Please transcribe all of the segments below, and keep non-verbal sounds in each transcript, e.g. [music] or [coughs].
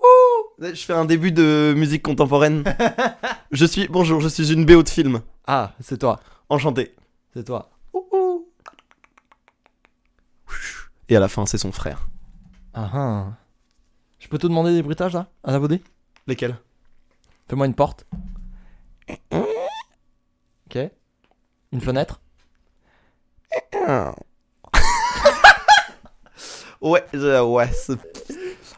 Wouhou Je fais un début de musique [laughs] contemporaine. je suis bonjour, je suis une BO de film. Ah, c'est toi, Enchanté. c'est toi. Wouhou Et à la fin, c'est son frère. Ah ah. Je peux te demander des bruitages là, à la body Lesquels Fais-moi une porte. Ok. Une fenêtre. Ouais, je- ouais. c'est-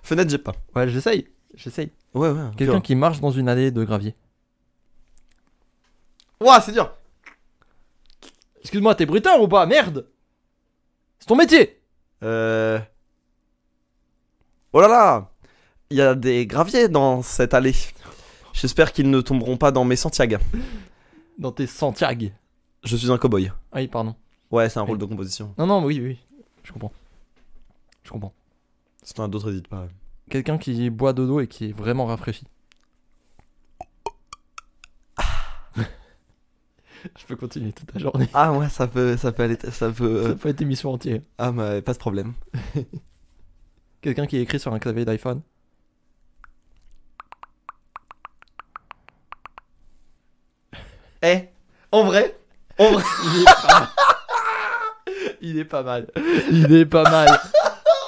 Fenêtre, j'ai pas. Ouais, j'essaye. J'essaye. Ouais, ouais. Quelqu'un qui marche dans une allée de gravier. Ouah, c'est dur. Excuse-moi, t'es bruiteur ou pas Merde C'est ton métier Euh... Oh là là Il y a des graviers dans cette allée. J'espère qu'ils ne tomberont pas dans mes Santiago. Dans tes Santiago. Je suis un cowboy. Ah oui, pardon. Ouais, c'est un rôle de composition. Non, non, oui, oui. Je comprends. Je comprends. Si t'en as d'autres, n'hésite pas. Quelqu'un qui boit de l'eau et qui est vraiment rafraîchi. Ah. [laughs] Je peux continuer toute la journée. Ah ouais, ça peut, ça peut aller, ça peut. euh, Ça peut être émission entière. Ah mais pas de problème. Quelqu'un qui écrit sur un clavier d'iPhone. Eh, en vrai, [laughs] Il est pas mal. Il est pas mal.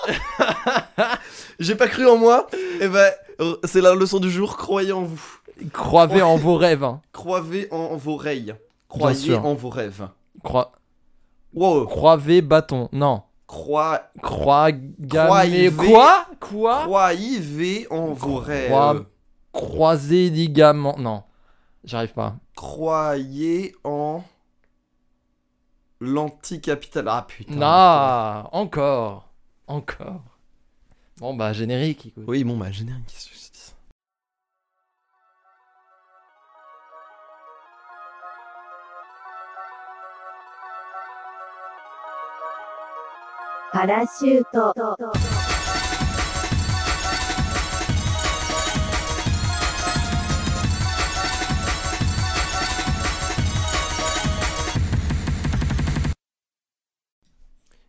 Il est pas mal. j'ai pas cru en moi. Eh ben, r- c'est la leçon du jour. Croyez en vous. Croyez en vos rêves. hein. Croyez en vos rêves. Croyez sûr. en vos rêves. Croix. Wow. Croyez bâton. Non. Croyez, Croix. Croyez- Quoi Quoi croyez en vos Croix- rêves. Croiser ligament. Non. J'arrive pas. Croyez en l'anticapital. Ah putain. Non, encore. Encore. Bon, bah, générique. écoute. Oui, bon bah générique. qu'est-ce que je dis パラシュート。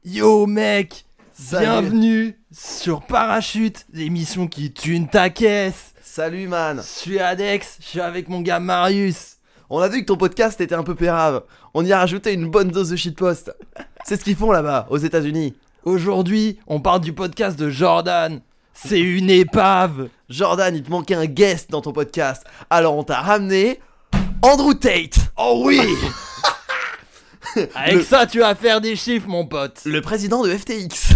Yo, mec Salut. Bienvenue sur Parachute, l'émission qui tune ta caisse. Salut Je man. suis Alex, je suis avec mon gars Marius. On a vu que ton podcast était un peu pérave. On y a rajouté une bonne dose de shitpost. C'est ce qu'ils font là-bas, aux États-Unis. Aujourd'hui, on parle du podcast de Jordan. C'est une épave. Jordan, il te manquait un guest dans ton podcast. Alors on t'a ramené Andrew Tate. Oh oui Avec Le- ça, tu vas faire des chiffres, mon pote. [laughs] Le président de FTX.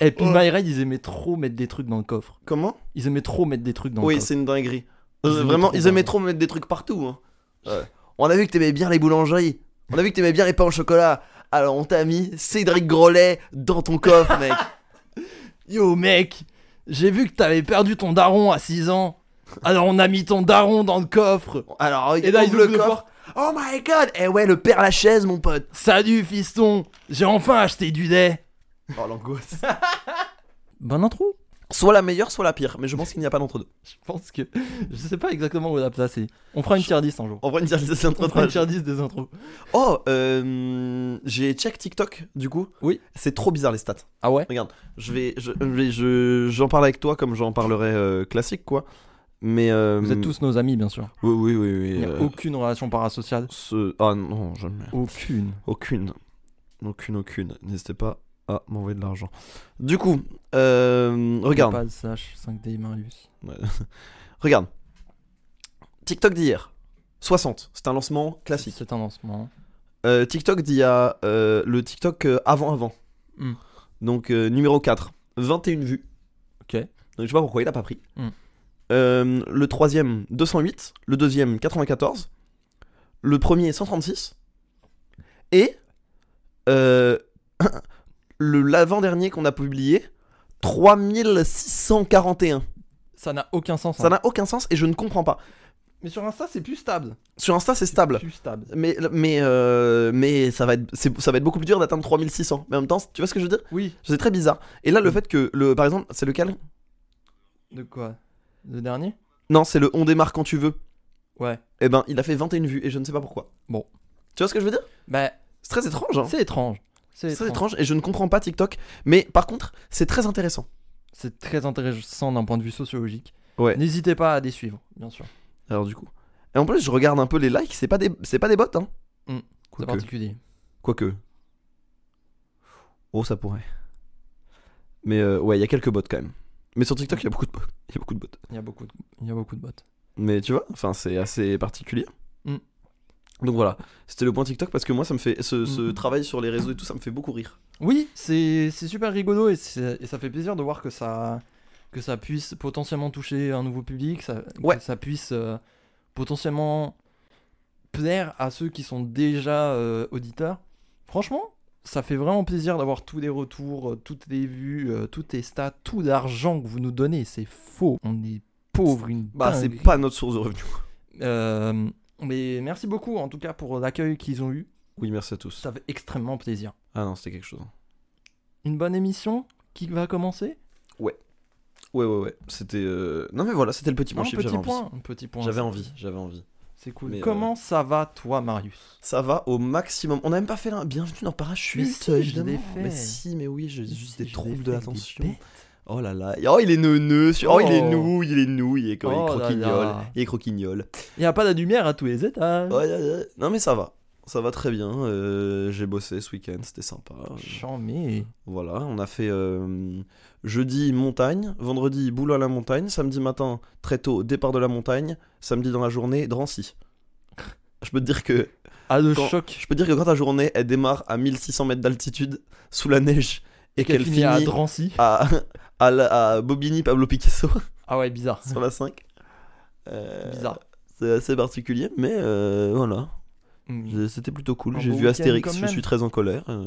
Et puis, Oh. MyRaid, ils aimaient trop mettre des trucs dans le coffre. Comment Ils aimaient trop mettre des trucs dans le Oui, coffre. c'est une dinguerie. Ils Euh, aimaient vraiment, trop ils faire aimaient ça. trop mettre des trucs partout. hein. Ouais. On a vu que t'aimais bien les boulangeries. On a vu que t'aimais bien les pains au chocolat. Alors on t'a mis Cédric Grolet dans ton coffre, [laughs] mec. Yo mec, j'ai vu que t'avais perdu ton daron à 6 ans. Alors on a mis ton daron dans le coffre. Alors Et là, ils ouvre ouvrent le coffre. Oh my god Eh ouais, le père Lachaise, mon pote. Salut fiston, j'ai enfin acheté du lait. Oh l'angoisse. Bonne intro. Soit la meilleure, soit la pire. Mais je pense qu'il n'y a pas d'entre-deux. Je pense que je sais pas exactement où la placer. On fera une tier 10 un jour. On va une c'est On fera une tier 10 des intros. Oh, euh, j'ai check TikTok du coup. Oui. C'est trop bizarre les stats. Ah ouais Je vais, je, je vais- je- j'en parle avec toi comme j'en parlerai euh, classique quoi. Mais euh, Vous êtes tous nos amis bien sûr. Oui, oui, oui, oui. Il n'y a euh, aucune relation parasociale. ce- Ah non, jamais. Aucune. Aucune. Aucune, aucune. N'hésitez pas à m'envoyer de l'argent. Du coup, euh, regarde, Pas de Slash 5D Marius. regarde. TikTok d'hier, 60. C'est un lancement classique. C'est un lancement. Euh, TikTok d'il y a euh, le TikTok avant-avant. Mm. Donc euh, numéro 4, 21 vues. Ok. Donc je sais pas pourquoi il a pas pris. Mm. Euh, le troisième, 208. Le deuxième, 94. Le premier, 136. Et euh, [clears throat] le l'avant-dernier qu'on a publié, 3641. Ça n'a aucun sens. hein. Ça n'a aucun sens et je ne comprends pas. Mais sur Insta c'est plus stable. Sur Insta, c'est stable. Plus stable. Mais, mais, euh, mais ça, va être, c'est- ça va être beaucoup plus dur d'atteindre 3600. Mais en même temps, tu vois ce que je veux dire Oui. C'est très bizarre. Et là, le Mm. fait que, le, par exemple, c'est lequel De quoi Le dernier Non, c'est le On démarre quand tu veux. Ouais. Eh ben, il a fait 21 vues et je ne sais pas pourquoi. Bon. Tu vois ce que je veux dire Bah C'est très étrange. hein. c'est étrange. C'est très étrange et je ne comprends pas TikTok, mais par contre, c'est très intéressant. C'est très intéressant d'un point de vue sociologique. Ouais. N'hésitez pas à les suivre, bien sûr. Alors du coup. Et en plus, je regarde un peu les likes, c'est pas des, c'est pas des bots, hein. Mm. C'est Quoique. particulier. Quoique. Oh, ça pourrait. Mais euh, ouais, il y a quelques bots quand même. Mais sur TikTok, il y a beaucoup de bots. Il y a beaucoup de bots. Il y a beaucoup de, il y a beaucoup de bots. Mais tu vois, enfin, c'est assez particulier. Mm. Donc voilà, c'était le point TikTok parce que moi, ça me fait ce, ce Mm. travail sur les réseaux et tout, ça me fait beaucoup rire. Oui, c'est c'est super rigolo et, c'est- et ça fait plaisir de voir que ça, que ça puisse potentiellement toucher un nouveau public, ça, Ouais. que ça puisse euh, potentiellement plaire à ceux qui sont déjà euh, auditeurs. Franchement, ça fait vraiment plaisir d'avoir tous les retours, euh, toutes les vues, euh, toutes les stats, tout l'argent que vous nous donnez. C'est faux. On est pauvre, une Bah, c'est dinguerie. pas notre source de [laughs] revenus. Euh, mais merci beaucoup en tout cas pour l'accueil qu'ils ont eu. Oui, merci à tous. Ça fait extrêmement plaisir. Ah non, c'était quelque chose. Une bonne émission qui va commencer Ouais, ouais, ouais. C'était. euh, Non, mais voilà, c'était le petit point un, chiffre, petit j'avais envie. point, un petit point. J'avais envie, j'avais envie. C'est cool. Mais, euh, Comment ça va, toi, Marius Ça va au maximum. On n'a même pas fait la bienvenue dans Parachute. Mais si, je évidemment. l'ai fait. Mais si, mais oui, j'ai juste des Je troubles l'ai de fait avec des l'attention. bêtes. Oh là là. Oh, il est neuneux. sur- Oh, il est Oh. nouille, il est nouille. Il est, il est Oh là croquignol. là. Il est croquignol. Il n'y a pas de lumière à tous les étages. Ouais, ouais, ouais. Non, mais ça va. Ça va très bien. Euh, j'ai bossé ce week-end, c'était sympa. Chant, mais. Voilà, on a fait euh, jeudi montagne, vendredi boulot à la montagne, samedi matin très tôt départ de la montagne, samedi dans la journée Drancy. [laughs] Je peux te dire que Ah, le Quand- choc. Je peux dire que quand ta journée elle démarre à 1600 mètres d'altitude sous la neige et qu'elle finit à à, Drancy. à, [laughs] la- à Bobigny Pablo Picasso [laughs] Ah ouais, bizarre. sur la 5, euh, bizarre. c'est assez particulier, mais euh, voilà, Mm. J'ai- c'était plutôt cool. Un J'ai beau vu week-end Astérix, quand je même. suis très en colère, euh,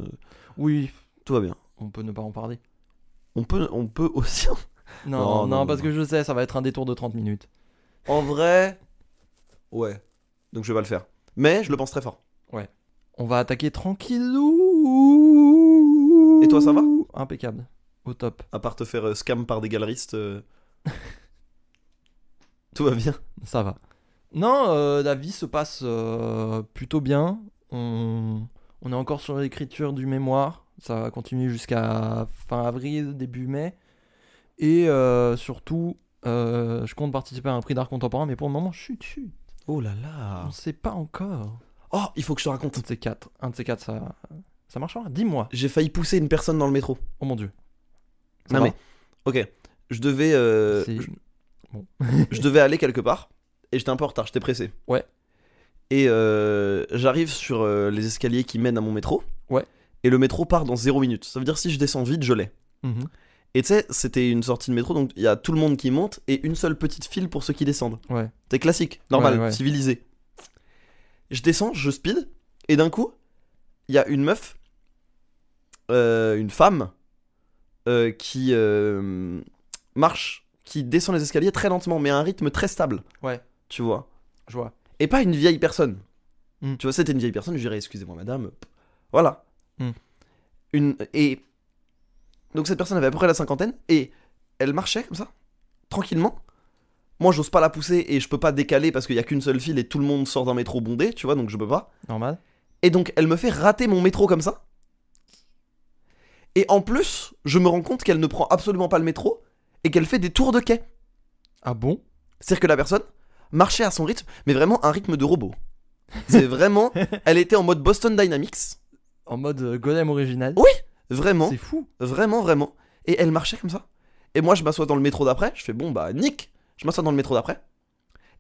Oui, tout va bien. on peut ne pas en parler. On peut, on peut [laughs] aussi. Non, Non, non, non, parce non. que je sais, ça va être un détour de 30 minutes. En vrai, ouais, donc je vais pas le faire, mais je le pense très fort. On va attaquer tranquillou. Et toi, ça va Impeccable. Au top. À part te faire euh, scam par des galeristes, euh, [laughs] tout va bien. Ça va. Non, euh, la vie se passe euh, plutôt bien. On, on est encore sur l'écriture du mémoire. Ça va continuer jusqu'à fin avril, début mai. Et euh, surtout, euh, je compte participer à un prix d'art contemporain, mais pour le moment, chut, chut. Oh là On là. ne sait pas encore. Oh, il faut que je te raconte. Un de ces quatre, un de ces quatre, ça, ça marchera. Dis-moi. J'ai failli pousser une personne dans le métro. Oh mon dieu. Ça Non va mais, ok, je devais, euh, C'est- je, je devais aller quelque part et j'étais un peu en retard, j'étais pressé. Ouais. Et euh, j'arrive sur euh, les escaliers qui mènent à mon métro. Ouais. Et le métro part dans 0 minute. Ça veut dire si je descends vite, je l'ai. Mhm. Et tu sais, c'était une sortie de métro, donc il y a tout le monde qui monte et une seule petite file pour ceux qui descendent. Ouais. C'est classique, normal, Ouais, ouais. civilisé. Je descends, je speed, et d'un coup, il y a une meuf, euh, une femme, euh, qui euh, marche, qui descend les escaliers très lentement, mais à un rythme très stable. Ouais. Tu vois. Je vois. Et pas une vieille personne. Mm. Tu vois, c'était une vieille personne, je dirais, excusez-moi, madame. Voilà. Mm. Une, et. Donc cette personne avait à peu près la cinquantaine, et elle marchait comme ça, tranquillement. Moi, j'ose pas la pousser et je peux pas décaler parce qu'il y a qu'une seule file et tout le monde sort d'un métro bondé, tu vois, donc je peux pas. Normal. Et donc, elle me fait rater mon métro comme ça. Et en plus, je me rends compte qu'elle ne prend absolument pas le métro et qu'elle fait des tours de quai. Ah bon C'est-à-dire que la personne marchait à son rythme, mais vraiment un rythme de robot. [laughs] C'est vraiment. Elle était en mode Boston Dynamics. En mode euh, golem original. Oh, Vraiment, C'est fou. vraiment, vraiment. Et elle marchait comme ça. Et moi, je m'assois dans le métro d'après. Je fais bon, bah, nick. Je m'assois dans le métro d'après.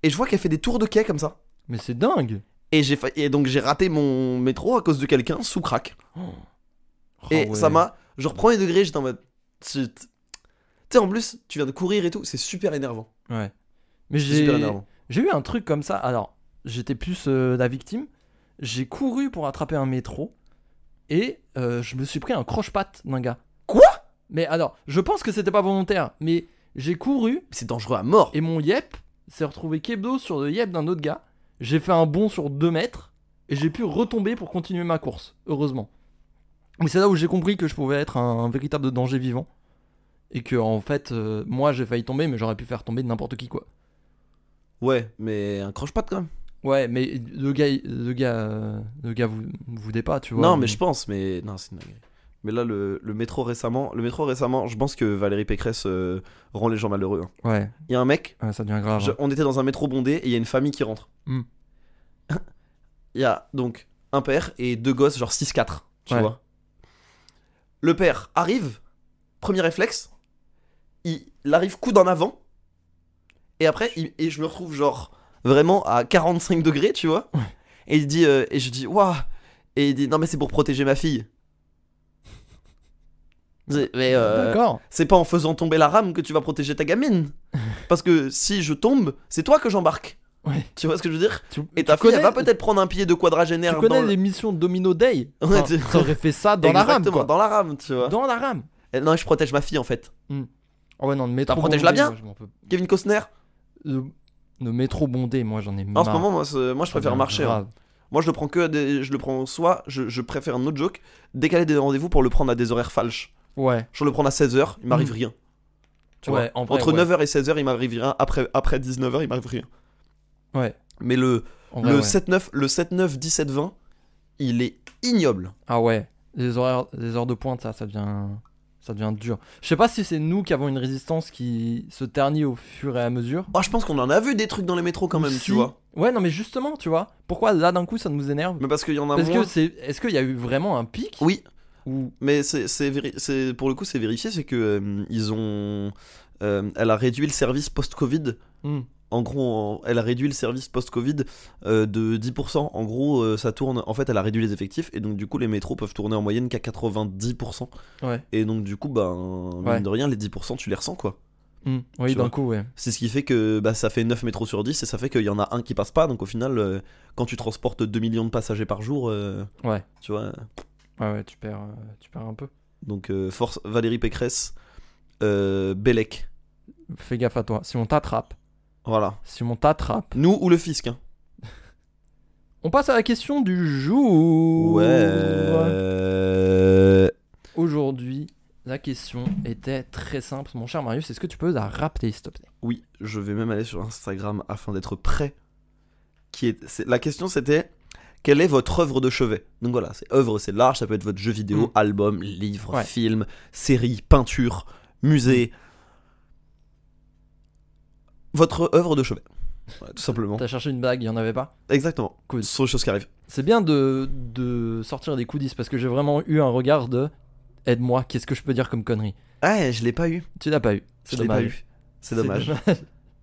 Et je vois qu'elle fait des tours de quai comme ça. Mais c'est dingue. Et, j'ai fa- et donc, j'ai raté mon métro à cause de quelqu'un sous crack. Oh. Et Oh ouais. ça m'a. Genre, premier degré, j'étais en mode. Tu tu sais, en plus, tu viens de courir et tout, c'est super énervant. Ouais. Mais C'est super j'ai énervant. j'ai eu un truc comme ça. Alors, j'étais plus euh, la victime. J'ai couru pour attraper un métro et euh, je me suis pris un croche-patte d'un gars. Quoi Mais alors, je pense que c'était pas volontaire, mais j'ai couru C'est dangereux à mort. et mon yep s'est retrouvé kebdo sur le yep d'un autre gars. J'ai fait un bond sur 2 mètres et j'ai pu retomber pour continuer ma course, heureusement. Mais c'est là où j'ai compris que je pouvais être un, un véritable danger vivant. Et que, en fait, euh, moi j'ai failli tomber, mais j'aurais pu faire tomber n'importe qui, quoi. Ouais, mais un croche-patte quand même. Ouais, mais le gars, le gars, euh, le gars vous, vous dé pas, tu vois. non, mais je pense, mais non, c'est une dinguerie. Mais là, le, le métro récemment, le métro récemment, je pense que Valérie Pécresse euh, rend les gens malheureux. hein. Ouais, Il y a un mec, ouais, ça devient grave. je- on était dans un métro bondé et il y a une famille qui rentre. Hmm. Il y a donc un père et deux gosses, genre 6-4, tu Ouais. vois. Le père arrive, premier réflexe, il, il arrive coude en avant, et après, il- et je me retrouve genre vraiment à 45 degrés, tu vois. Ouais. Et il dit, euh, et je dis, waouh, et il dit, non mais c'est pour protéger ma [laughs] fille. C'est- Mais euh, D'accord. c'est pas en faisant tomber la rame que tu vas protéger ta [laughs] gamine. Parce que si je tombe, c'est toi que j'embarque. Ouais. Tu vois ce que je veux dire Tu, Et tu ta fille, elle connais- va peut-être prendre un pied de Tu quadragénaire dans connais le- l'émission Domino Day Ouais, Enfin, tu- Ça aurait fait ça dans la rame, Exactement, quoi. dans la rame, tu vois. Dans la rame. Eh, Non, je protège ma fille en fait. Ah ouais, non, le métro. Bah, protège-la bondé, bien. moi, je m'en peux- Kevin Costner Le, le métro bondé, moi, j'en ai marre. En ce moment, moi, c'est- moi je Ça préfère devient marcher. hein. grave. Moi je le prends que à des- je le prends soit je, je préfère un autre joke, décaler des rendez-vous pour le prendre à des horaires falches. Ouais. Je le prends à 16h, il m'arrive Mm. rien. Tu ouais, en vrai, Entre ouais. 9h et 16h, il m'arrive rien. Après, après 19h, il m'arrive rien. Ouais. Mais le, En vrai, le ouais. 7-9, le 7-9, 17-20, il est ignoble. Ah ouais, les horaires, les heures de pointe, ça, ça devient, ça devient dur. Je sais pas si c'est nous qui avons une résistance qui se ternit au fur et à mesure. Oh, je pense qu'on en a vu des trucs dans les métros quand même, Si- tu vois. Ouais, non, mais justement, tu vois, pourquoi là d'un coup ça nous énerve Mais parce qu'il y en a Parce moins. que c'est, est-ce qu'il y a eu vraiment un pic Oui, ou mais c'est c'est véri- c'est- pour le coup c'est vérifié, c'est que euh, ils ont, euh, elle a réduit le service post-Covid. Hmm. En gros, en- elle a réduit le service post-Covid euh, de 10%. En gros, euh, ça tourne. En fait, elle a réduit les effectifs et donc du coup, les métros peuvent tourner en moyenne qu'à 90%. Ouais. Et donc du coup, bah, mine Ouais. de rien, les 10% tu les ressens quoi. Hmm. Oui, Tu d'un vois. coup, ouais. C'est ce qui fait que bah, ça fait 9 métros sur 10 et ça fait qu'il y en a un qui passe pas. Donc au final, euh, quand tu transportes 2 millions de passagers par jour, euh, Ouais. tu vois. Ouais, ouais, tu perds, euh, tu perds un peu. Donc euh, force Valérie Pécresse, euh, Bellec. Fais gaffe à toi. Si on t'attrape, Voilà. si on t'attrape, Nous ou le fisc hein. on passe à la question du jour. Ouais. euh, Aujourd'hui, la question était très simple, mon cher Marius. Est-ce que tu peux la rappeler, s'il te plaît Oui, je vais même aller sur Instagram afin d'être prêt. Qui est... c'est- La question c'était quelle est votre œuvre de chevet Donc voilà, c'est œuvre, c'est large, ça peut être votre jeu vidéo, Mm. album, livre, Ouais. film, série, peinture, musée. Votre œuvre de chevet. Voilà, tout simplement. T'as cherché une bague, il y en avait pas Exactement. Cool. Ce sont les choses qui arrivent. C'est bien de, de sortir des coulisses parce que j'ai vraiment eu un regard de aide-moi, qu'est-ce que je peux dire comme connerie Ouais, je l'ai pas eu. Tu l'as pas eu. C'est Je l'ai pas dommage. eu. C'est dommage.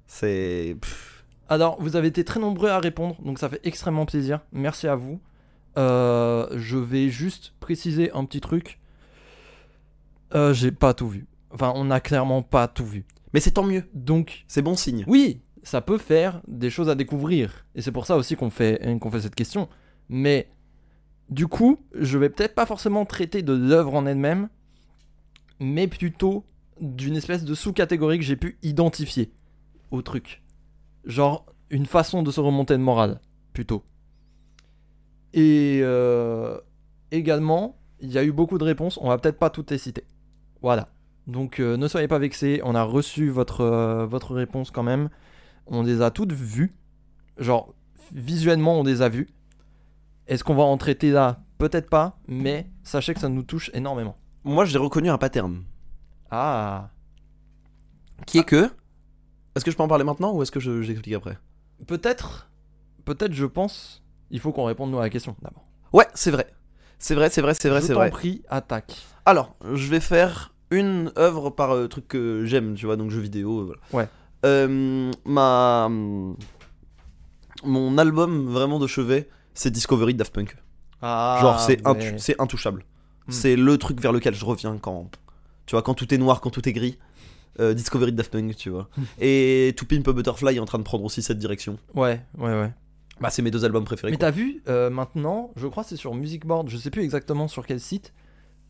C'est. pff, [laughs] Alors, vous avez été très nombreux à répondre, donc ça fait extrêmement plaisir. Merci à vous. Euh, je vais juste préciser un petit truc. Euh, j'ai pas tout vu. Enfin, on a clairement pas tout vu. Mais c'est tant mieux. Donc, C'est bon signe. Oui, ça peut faire des choses à découvrir. Et c'est pour ça aussi qu'on fait, hein, qu'on fait cette question. Mais du coup, je vais peut-être pas forcément traiter de l'œuvre en elle-même, mais plutôt d'une espèce de sous-catégorie que j'ai pu identifier au truc. Genre une façon de se remonter de morale, plutôt. Et euh, également, il y a eu beaucoup de réponses, on va peut-être pas toutes les citer. Voilà. Donc euh, ne soyez pas vexés, on a reçu votre, euh, votre réponse quand même. On les a toutes vues. Genre, visuellement, on les a vues. Est-ce qu'on va en traiter là Peut-être pas, mais sachez que ça nous touche énormément. Moi, j'ai reconnu un pattern. Ah Qui est que. Est-ce que je peux en parler maintenant ou est-ce que je- j'explique après Peut-être, peut-être, je pense, il faut qu'on réponde nous à la question d'abord. Ouais, c'est vrai. C'est vrai, c'est vrai, c'est vrai, je c'est t'en vrai. prie, attaque. Alors, je vais faire une œuvre par euh, truc que j'aime, tu vois, donc jeux vidéo. euh, voilà. Ouais. Euh, ma. mm, Mon album vraiment de chevet, c'est Discovery de Daft Punk. Ah, Genre, c'est ouais. intu- c'est intouchable. Hmm. C'est le truc vers lequel je reviens quand. Tu vois, quand tout est noir, quand tout est gris. Euh, Discovery de Daft Punk, tu vois. Hmm. Et To Pimp a Butterfly est en train de prendre aussi cette direction. Ouais, ouais, ouais. Bah, c'est mes deux albums préférés. Mais quoi. t'as vu euh, maintenant, je crois que c'est sur Music Board, je sais plus exactement sur quel site,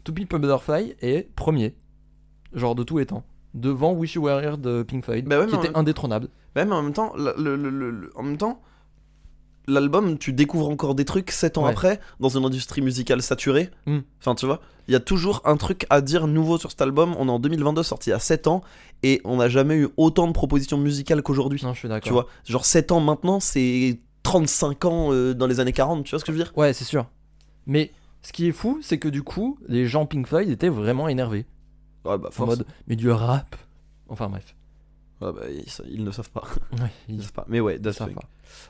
To Pimp a Butterfly est premier, genre de tout les temps, devant Wish You Were Here de Pink Floyd, Bah ouais, qui mais en était même- indétrônable. Ouais, mais en même temps, la- le- le- le- le- en même temps, l'album, tu découvres encore des trucs 7 ans Ouais. après dans une industrie musicale saturée. Hmm. Enfin, tu vois, il y a toujours un truc à dire nouveau sur cet album. On est en 2022, sorti il y a 7 ans, et on n'a jamais eu autant de propositions musicales qu'aujourd'hui. Non, je suis d'accord. Tu vois, genre 7 ans maintenant, c'est 35 ans euh, dans les années 40, tu vois ce que je veux dire Ouais, c'est sûr. Mais ce qui est fou, c'est que du coup, les gens Pink Floyd étaient vraiment énervés. Ouais, bah, En force. mode, mais du rap. Enfin bref. Ouais, bah, ils, sa- ils ne savent pas. Ouais, Ils ne ils savent pas. Mais ouais, Daft savent Punk. pas.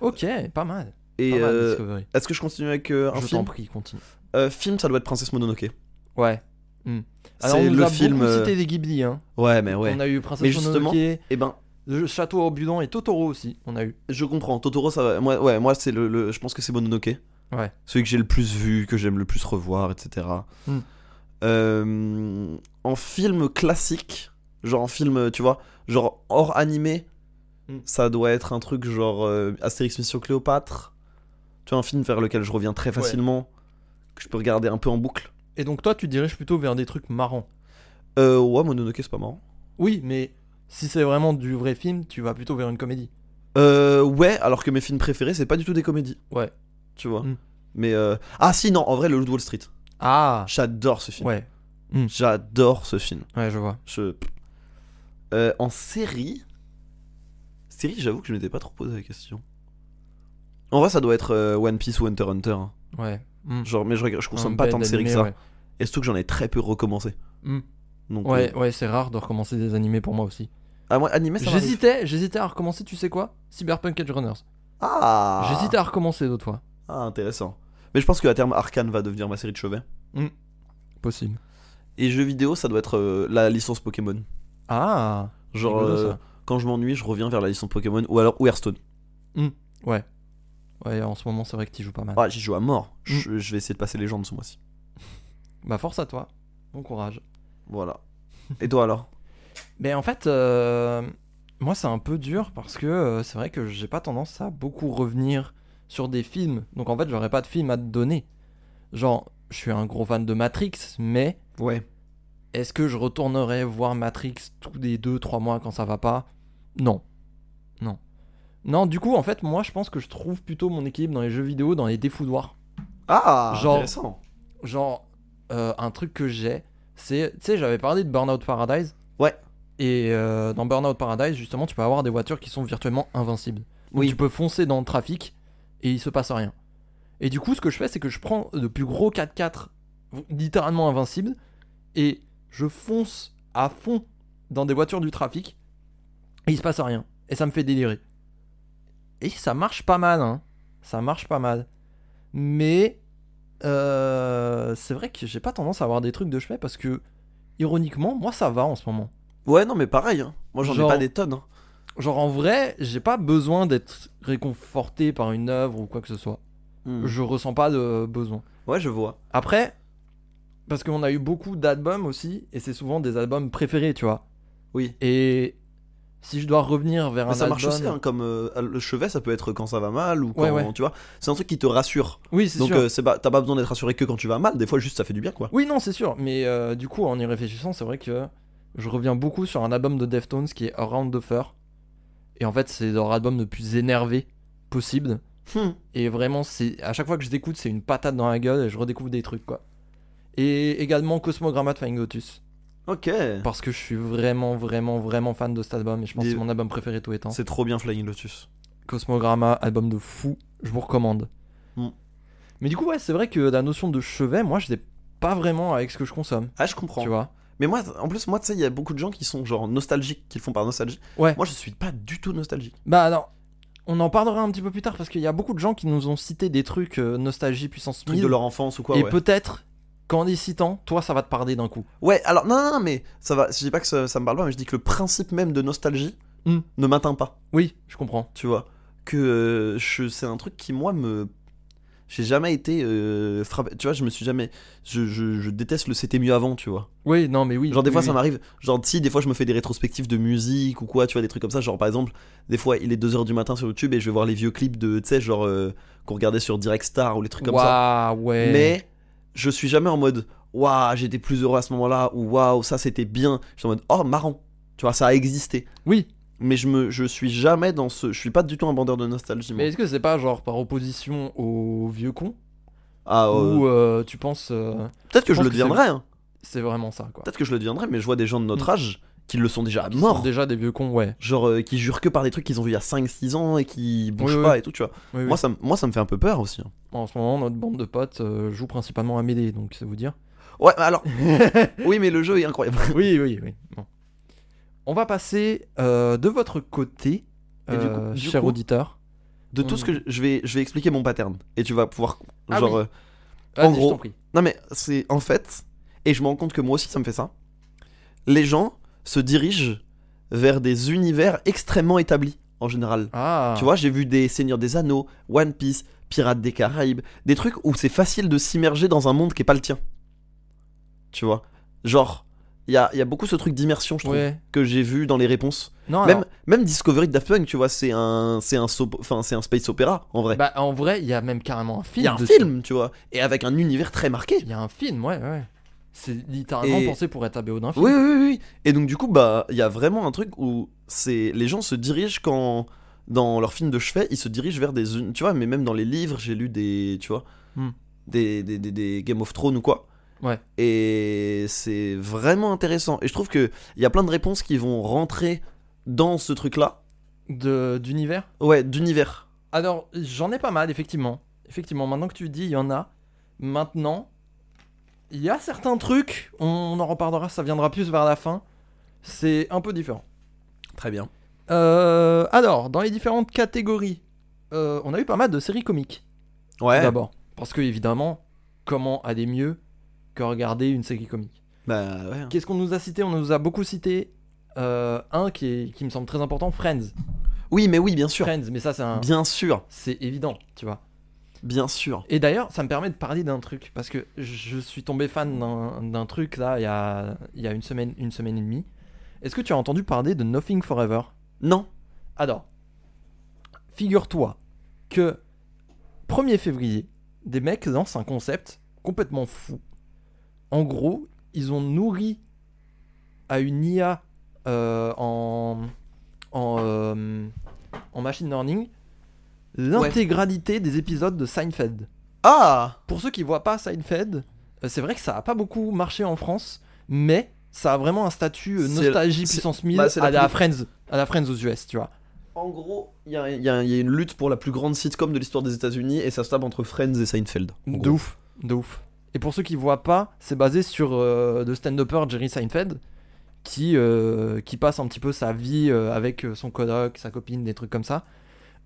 Ok, pas mal. Et pas mal, euh, Discovery. est-ce que je continue avec euh, un Je film t'en prie, continue. Euh, Film, ça doit être Princesse Mononoke. Ouais. Alors, C'est on nous le a film. Beaucoup euh, cité des Ghibli, hein. Ouais, mais ouais. On a eu Princesse Mais justement- Mononoke, Et ben, le Château Ambulant et Totoro aussi. On a eu. je comprends. Totoro, ça va. Moi, ouais, moi, c'est le, le- Je pense que c'est Mononoke. Ouais. Celui que j'ai le plus vu, que j'aime le plus revoir, etc. Hmm. Euh, en film classique, genre en film, tu vois, genre hors animé, Hmm. ça doit être un truc genre euh, Astérix Mission Cléopâtre. Tu vois, un film vers lequel je reviens très facilement, que je peux regarder un peu en boucle. Et donc toi, tu te diriges plutôt vers des trucs marrants. Euh, ouais, Mononoke, c'est pas marrant. Oui, mais si c'est vraiment du vrai film, tu vas plutôt vers une comédie. Euh, ouais, alors que mes films préférés, c'est pas du tout des comédies. Ouais. Tu vois. Mm. Mais euh, ah si non, en vrai, le Loup de Wall Street. Ah. J'adore ce film. Ouais. J'adore ce film. Ouais, je vois. Je. Euh, en série. Série, j'avoue que je m'étais pas trop posé la question. En vrai, ça doit être euh, One Piece ou Hunter x Hunter. hein. Ouais. Hmm. Genre, mais je, regarde- je consomme Un pas bel tant de séries que animé, ça. Ouais, Et surtout que j'en ai très peu recommencé. Mm. Donc, ouais, euh, ouais, c'est rare de recommencer des animés pour moi aussi. Ah, moi, animé, ça m'arrive. J'hésitais, j'hésitais à recommencer, tu sais quoi Cyberpunk Edge Runners. Ah J'hésitais à recommencer d'autres fois. Ah, intéressant. Mais je pense qu'à terme, Arkane va devenir ma série de chevet. Possible. Et jeux vidéo, ça doit être euh, la licence Pokémon. Ah. Genre, rigolo, euh, ça. quand je m'ennuie, je reviens vers la licence Pokémon ou alors ou Hearthstone. Ouais, en ce moment, c'est vrai que tu joues pas mal. Ah, j'y joue à mort. Mm. Je, je vais essayer de passer les jambes ce mois-ci. Bah, force à toi. Bon courage. Voilà. Et toi alors Mais en fait, euh, moi, c'est un peu dur parce que euh, c'est vrai que j'ai pas tendance à beaucoup revenir sur des films. Donc, en fait, j'aurais pas de film à te donner. Genre, je suis un gros fan de Matrix, mais Ouais. est-ce que je retournerai voir Matrix tous les 2-3 mois quand ça va pas Non. Non. Non, du coup, en fait, moi, je pense que je trouve plutôt mon équilibre dans les jeux vidéo, dans les défoudoirs. Ah Genre- Intéressant. Genre, euh, un truc que j'ai, c'est. Tu sais, j'avais parlé de Burnout Paradise. Ouais. Et euh, dans Burnout Paradise, justement, tu peux avoir des voitures qui sont virtuellement invincibles. Donc, Oui. Tu peux foncer dans le trafic et il se passe rien. Et du coup, ce que je fais, c'est que je prends le plus gros 4x4 littéralement invincible et je fonce à fond dans des voitures du trafic et il se passe rien. Et ça me fait délirer. Et ça marche pas mal, hein. Ça marche pas mal. Mais euh, c'est vrai que j'ai pas tendance à avoir des trucs de chevet parce que, ironiquement, moi ça va en ce moment. Ouais, non mais pareil. hein. Moi j'en Genre- ai pas des tonnes. hein. Genre en vrai, j'ai pas besoin d'être réconforté par une œuvre ou quoi que ce soit. Hmm. Je ressens pas de besoin. Ouais, je vois. Après, parce qu'on a eu beaucoup d'albums aussi, et c'est souvent des albums préférés, tu vois. Oui. Et si je dois revenir vers Mais un ça marche album- aussi hein, comme euh, le chevet, ça peut être quand ça va mal ou quand Ouais, ouais. tu vois. C'est un truc qui te rassure. Oui, c'est Donc sûr. euh, c'est pas- t'as pas besoin d'être rassuré que quand tu vas mal. Des fois juste ça fait du bien quoi. Oui, non, c'est sûr. Mais euh, du coup, en y réfléchissant, c'est vrai que je reviens beaucoup sur un album de Deftones qui est Around the Fur. Et en fait, c'est leur album le plus énervé possible. Hmm. Et vraiment, c'est à chaque fois que je l'écoute, c'est une patate dans la gueule et je redécouvre des trucs, quoi. Et également Cosmogramma de Flying Lotus. Ok. Parce que je suis vraiment, vraiment, vraiment fan de cet album et je pense Des- que c'est mon album préféré tous les temps. C'est trop bien Flying Lotus. Cosmogramma, album de fou, je vous recommande. Mm. Mais du coup, ouais, c'est vrai que la notion de chevet, moi, je l'ai pas vraiment avec ce que je consomme, Ah, je comprends. tu vois. Mais moi, en plus, moi, tu sais, il y a beaucoup de gens qui sont genre nostalgiques, qui le font par nostalgie. Ouais. Moi, je suis pas du tout nostalgique. Bah alors, on en parlera un petit peu plus tard parce qu'il y a beaucoup de gens qui nous ont cité des trucs euh, nostalgie puissance Truc 1000. de leur enfance ou quoi. et ouais. peut-être qu'en les citant, toi, ça va te parler d'un coup. Ouais, alors non, non, non, mais ça va. Je dis pas que ça, ça me parle pas, mais je dis que le principe même de nostalgie Hmm. ne m'atteint pas. Oui, je comprends. Tu vois que euh, je, c'est un truc qui moi me, j'ai jamais été euh, frappé. Tu vois, je me suis jamais. Je, je- je déteste le c'était mieux avant, tu vois. Oui, non, mais oui. Genre des oui, fois oui. ça m'arrive, genre si des fois je me fais des rétrospectives de musique ou quoi, tu vois des trucs comme ça, genre par exemple, des fois il est 2h du matin sur YouTube et je vais voir les vieux clips de, tu sais, genre euh, qu'on regardait sur Direct Star ou les trucs comme ça. Ouah, ouais. Mais je suis jamais en mode, waouh, j'étais plus heureux à ce moment-là, ou waouh, ça c'était bien. Je suis en mode, oh, marrant, tu vois, ça a existé. Oui, Mais je, me, je suis jamais dans ce. Je suis pas du tout un bandeur de nostalgie. moi. mais est-ce que c'est pas genre par opposition aux vieux cons Ah, euh, Ou euh, tu penses euh, peut-être que je pense le que c'est- Ah. deviendrai, hein. c'est vraiment ça, quoi peut-être que je le deviendrai, mais je vois des gens de notre âge qui le sont déjà à Mm. Qui sont mort, déjà des vieux cons, ouais. genre euh, qui jurent que par des trucs qu'ils ont vu il y a 5-6 ans et qui bougent oui, pas oui. et tout, tu vois. Oui, Moi, oui. ça, me- moi, ça me fait un peu peur aussi. hein. En ce moment, notre bande de potes euh, joue principalement à Médée, donc ça vous [laughs] dire. Ouais, mais [laughs] alors, oui, mais le jeu est incroyable. oui, oui, oui. Bon. On va passer euh, de votre côté, Et du euh, coup- du cher coup- auditeur. De tout ce que je- je vais, je vais expliquer mon pattern et tu vas pouvoir, Mm. Ah genre, oui. euh, Vas-y, En je gros, t'en prie. Non mais c'est en fait, et je me rends compte que moi aussi ça me fait ça, les gens se dirigent vers des univers extrêmement établis en général. Ah, Tu vois, j'ai vu des Seigneurs des Anneaux, One Piece, Pirates des Caraïbes, des trucs où c'est facile de s'immerger dans un monde qui est pas le tien. Tu vois Genre, il y a, il y a beaucoup ce truc d'immersion, je trouve, ouais. que j'ai vu dans les réponses. Non, Même, alors, même Discovery de Daft Punk, tu vois, c'est un, c'est un, soap- enfin, c'est un space opéra, en vrai. bah, en vrai, il y a même carrément un film. Il y a un dessus. film, tu vois, et avec un univers très marqué. Il y a un film, ouais, ouais. C'est littéralement Et- pensé pour être un BO d'un film. Oui, oui, oui, oui. Et donc, du coup, bah, il y a vraiment un truc où c'est les gens se dirigent quand dans leurs films de chevet, ils se dirigent vers des, unes- tu vois, mais même dans les livres, j'ai lu des, tu vois, Hmm. des, des, des- des Game of Thrones ou quoi. Ouais. Et c'est vraiment intéressant. Et je trouve que il y a plein de réponses qui vont rentrer dans ce truc-là, De- D'univers ouais, d'univers. Alors, j'en ai pas mal, effectivement. Effectivement, maintenant que tu dis, il y en a. Maintenant, il y a certains trucs, on en reparlera, ça viendra plus vers la fin. C'est un peu différent. Très bien. Euh, alors, dans les différentes catégories, euh, on a eu pas mal de séries comiques, Ouais. d'abord. Parce que, évidemment, comment aller mieux que regarder une série comique Bah ouais. Qu'est-ce qu'on nous a cité On nous a beaucoup cité euh, un qui, est- qui me semble très important, Friends. Oui, mais oui, bien sûr, Friends, mais ça, c'est un- bien sûr, c'est évident, tu vois. bien sûr. Et d'ailleurs, ça me permet de parler d'un truc, parce que je suis tombé fan d'un- d'un truc là, il y a, il y a une, semaine, une semaine et demie. Est-ce que tu as entendu parler de Nothing Forever Non. Alors, figure-toi que 1er février, des mecs lancent un concept complètement fou. En gros, ils ont nourri à une IA euh, en, en, euh, en machine learning l'intégralité des épisodes de Seinfeld. Ah. Pour ceux qui voient pas Seinfeld, euh, c'est vrai que ça a pas beaucoup marché en France, mais ça a vraiment un statut euh, C'est la- nostalgie c'est- puissance 1000 bah, c'est la à, la plus- Friends, à la Friends aux US, tu vois. En gros, il y a, il y a- il y a une lutte pour la plus grande sitcom de l'histoire des États-Unis et ça se tape entre Friends et Seinfeld. en De gros. ouf, de ouf. Et pour ceux qui voient pas, c'est basé sur euh, le stand-upper Jerry Seinfeld qui, euh, qui passe un petit peu sa vie euh, avec euh, son coloc, sa copine, des trucs comme ça,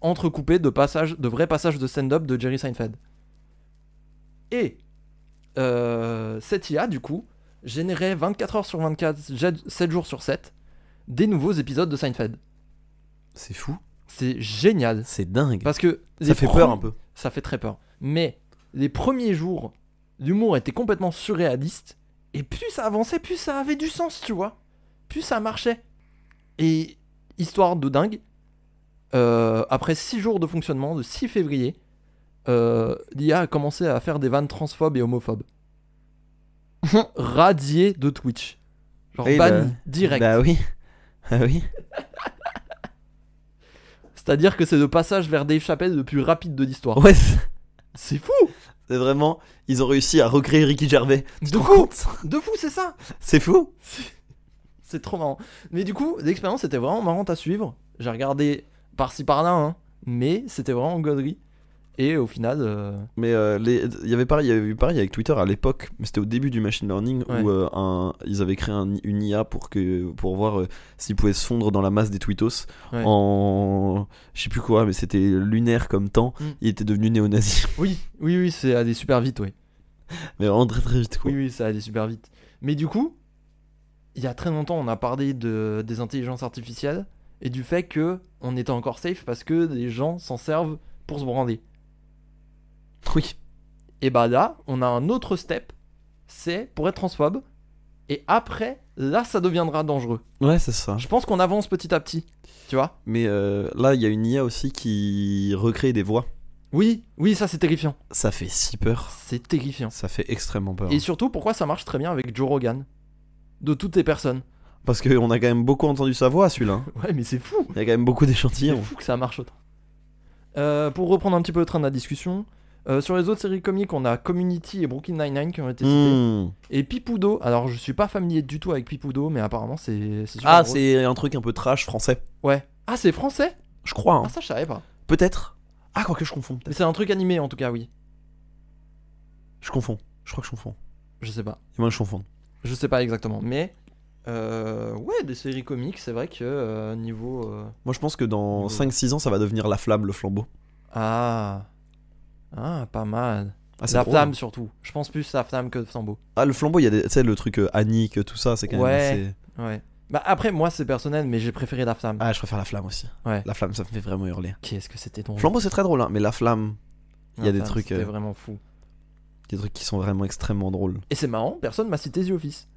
entrecoupé de passages, de vrais passages de stand-up de Jerry Seinfeld. Et euh, cette IA, du coup, générait 24 heures sur 24, 7 jours sur 7, des nouveaux épisodes de Seinfeld. C'est fou, C'est génial. c'est dingue. Parce que les ça fait peur premi- un peu. ça fait très peur. Mais les premiers jours, l'humour était complètement surréaliste. Et plus ça avançait, plus ça avait du sens, tu vois. Plus ça marchait. Et histoire de dingue, euh, après 6 jours de fonctionnement, le 6 février, euh, l'IA a commencé à faire des vannes transphobes [laughs] et homophobes. Radié de Twitch. Genre Oui, banni bah- direct. Bah oui. [laughs] Ah oui. C'est-à-dire que c'est le passage vers Dave Chappelle le plus rapide de l'histoire. Ouais, c'est C'est fou c'est vraiment. Ils ont réussi à recréer Ricky Gervais. Tu De te rends fou compte [laughs] De fou, c'est ça C'est fou. C'est trop marrant. Mais du coup, l'expérience était vraiment marrante à suivre. J'ai regardé par-ci par-là, hein, mais c'était vraiment gauderie. Et au final, euh, Mais euh, les- il y avait pareil, il y avait eu pareil avec Twitter à l'époque, mais c'était au début du machine learning Ouais. où euh, un- ils avaient créé un- une IA pour que pour voir euh, s'ils pouvaient se fondre dans la masse des tweetos Ouais. en je sais plus quoi, mais c'était lunaire comme temps. Mm. Il était devenu néo-nazi, oui, oui, oui, c'est allé super vite, oui. mais vraiment très très vite quoi. Oui, oui, ça allait super vite. Mais du coup, il y a très longtemps, on a parlé de, des intelligences artificielles et du fait que on était encore safe parce que les gens s'en servent pour se brander. oui. Et bah là, on a un autre step, c'est pour être transphobe. Et après, là, ça deviendra dangereux. Ouais, c'est ça. Je pense qu'on avance petit à petit, tu vois. Mais euh, là, il y a une IA aussi qui recrée des voix. Oui, oui, ça c'est terrifiant. Ça fait si peur. C'est terrifiant. Ça fait extrêmement peur. Et surtout, pourquoi ça marche très bien avec Joe Rogan De toutes les personnes. [laughs] Parce qu'on a quand même beaucoup entendu sa voix, celui-là. hein. Ouais, mais c'est fou. Il y a quand même beaucoup [laughs] C'est d'échantillons. fou que ça marche autant. Euh, pour reprendre un petit peu le train de la discussion, Euh, sur les autres séries comiques, on a Community et Brooklyn Nine-Nine qui ont été citées. Hmm. Et Pipoudo. Alors, je suis pas familier du tout avec Pipoudo, mais apparemment, c'est c'est super Ah, drôle. c'est un truc un peu trash français. Ouais. Ah, c'est français Je crois, hein. Ah, ça, je savais pas. Peut-être. Ah, quoique je confonds, Mais peut-être. c'est un truc animé, en tout cas, oui. Je confonds. Je crois que je confonds. Je sais pas. Et moi, je confonds. Je sais pas exactement. Mais, euh, ouais, des séries comiques, c'est vrai que euh, niveau. euh, Moi, je pense que dans Niveau. 5-6 ans, ça va devenir la flamme, le flambeau. Ah. Ah, hein. pas mal. Ah, c'est la drôle. flamme, surtout. Je pense plus à la flamme que Sambo. Ah, le flambeau, il y a des. Tu sais, le truc euh, Annick, tout ça, c'est quand même Ouais. assez- Ouais. Bah, après, moi, c'est personnel, mais j'ai préféré la flamme. Ah, je préfère la flamme aussi. Ouais. La flamme, ça me fait vraiment hurler. Qu'est-ce que c'était ton Flambeau, c'est très drôle, hein, mais la flamme, il y a des trucs, C'était euh, vraiment fou. des trucs qui sont vraiment extrêmement drôles. Et c'est marrant, personne m'a cité The Office.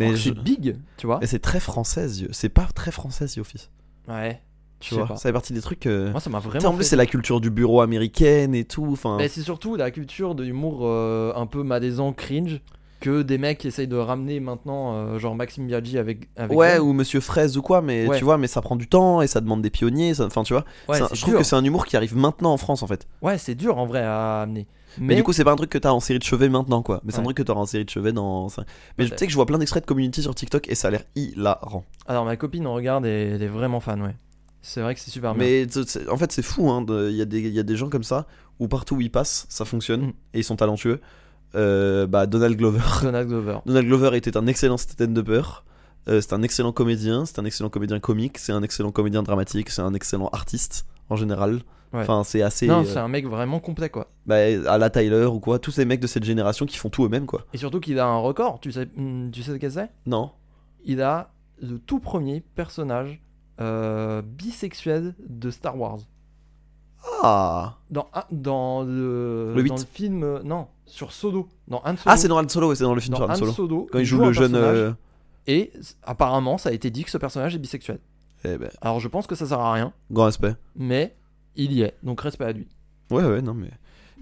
Mais Alors que Hein je- C'est big, tu vois. Et c'est très français, The- c'est pas très français, The Office. Ouais. Tu Je sais vois, pas. ça fait partie des trucs. euh, Moi, ça m'a tu sais, vraiment. en plus, fait- c'est la culture du bureau américaine et tout. Enfin, Mais c'est surtout la culture de l'humour euh, un peu malaisant, cringe, que des mecs essayent de ramener maintenant, euh, genre Maxime Biaggi avec. avec ouais, Glenn. ou Monsieur Fraise ou quoi, mais Ouais. tu vois, mais ça prend du temps et ça demande des pionniers. ça- Enfin, tu vois, ouais, c'est un- c'est je trouve dur. que c'est un humour qui arrive maintenant en France en fait. Ouais, c'est dur en vrai à amener. Mais, Mais, du coup, c'est pas un truc que t'as en série de chevet maintenant quoi. Mais c'est un Ouais. truc que t'auras en série de chevet dans. ça- Mais je- tu Peut-être. sais que je vois plein d'extraits de community sur TikTok et ça a l'air hilarant. alors ma copine en regarde et elle est vraiment fan, ouais. C'est vrai que c'est super bien. Mais c'est- c'est- en fait, c'est fou. hein, de- Il y, a des- il y a des gens comme ça où partout où ils passent, ça fonctionne Mm. et ils sont talentueux. Euh, bah, Donald Glover. [laughs] Donald Glover. Donald Glover était un excellent stand-upper. Euh, c'est un excellent comédien, c'est un excellent comédien comique, c'est un excellent comédien dramatique, c'est un excellent artiste en général. Ouais. Enfin, c'est assez. Non, euh, c'est un mec vraiment complet quoi. bah, à la Tyler ou quoi, tous ces mecs de cette génération qui font tout eux-mêmes quoi. Et surtout qu'il a un record, tu sais, hmm, tu sais ce que c'est Non Il a le tout premier personnage euh, bisexuel de Star Wars. Ah Dans, ah, dans, le, Le huit. dans le film. euh, non, sur Solo. Dans Han Solo. Ah, c'est dans Han Solo, ouais, c'est dans le film sur dans Han Han Solo. Solo, Quand il joue le un jeune. personnage, euh, Et s- apparemment, ça a été dit que ce personnage est bisexuel. eh ben, Alors je pense que ça sert à rien, grand respect. mais il y est, donc respect à lui. Ouais, ouais, non mais.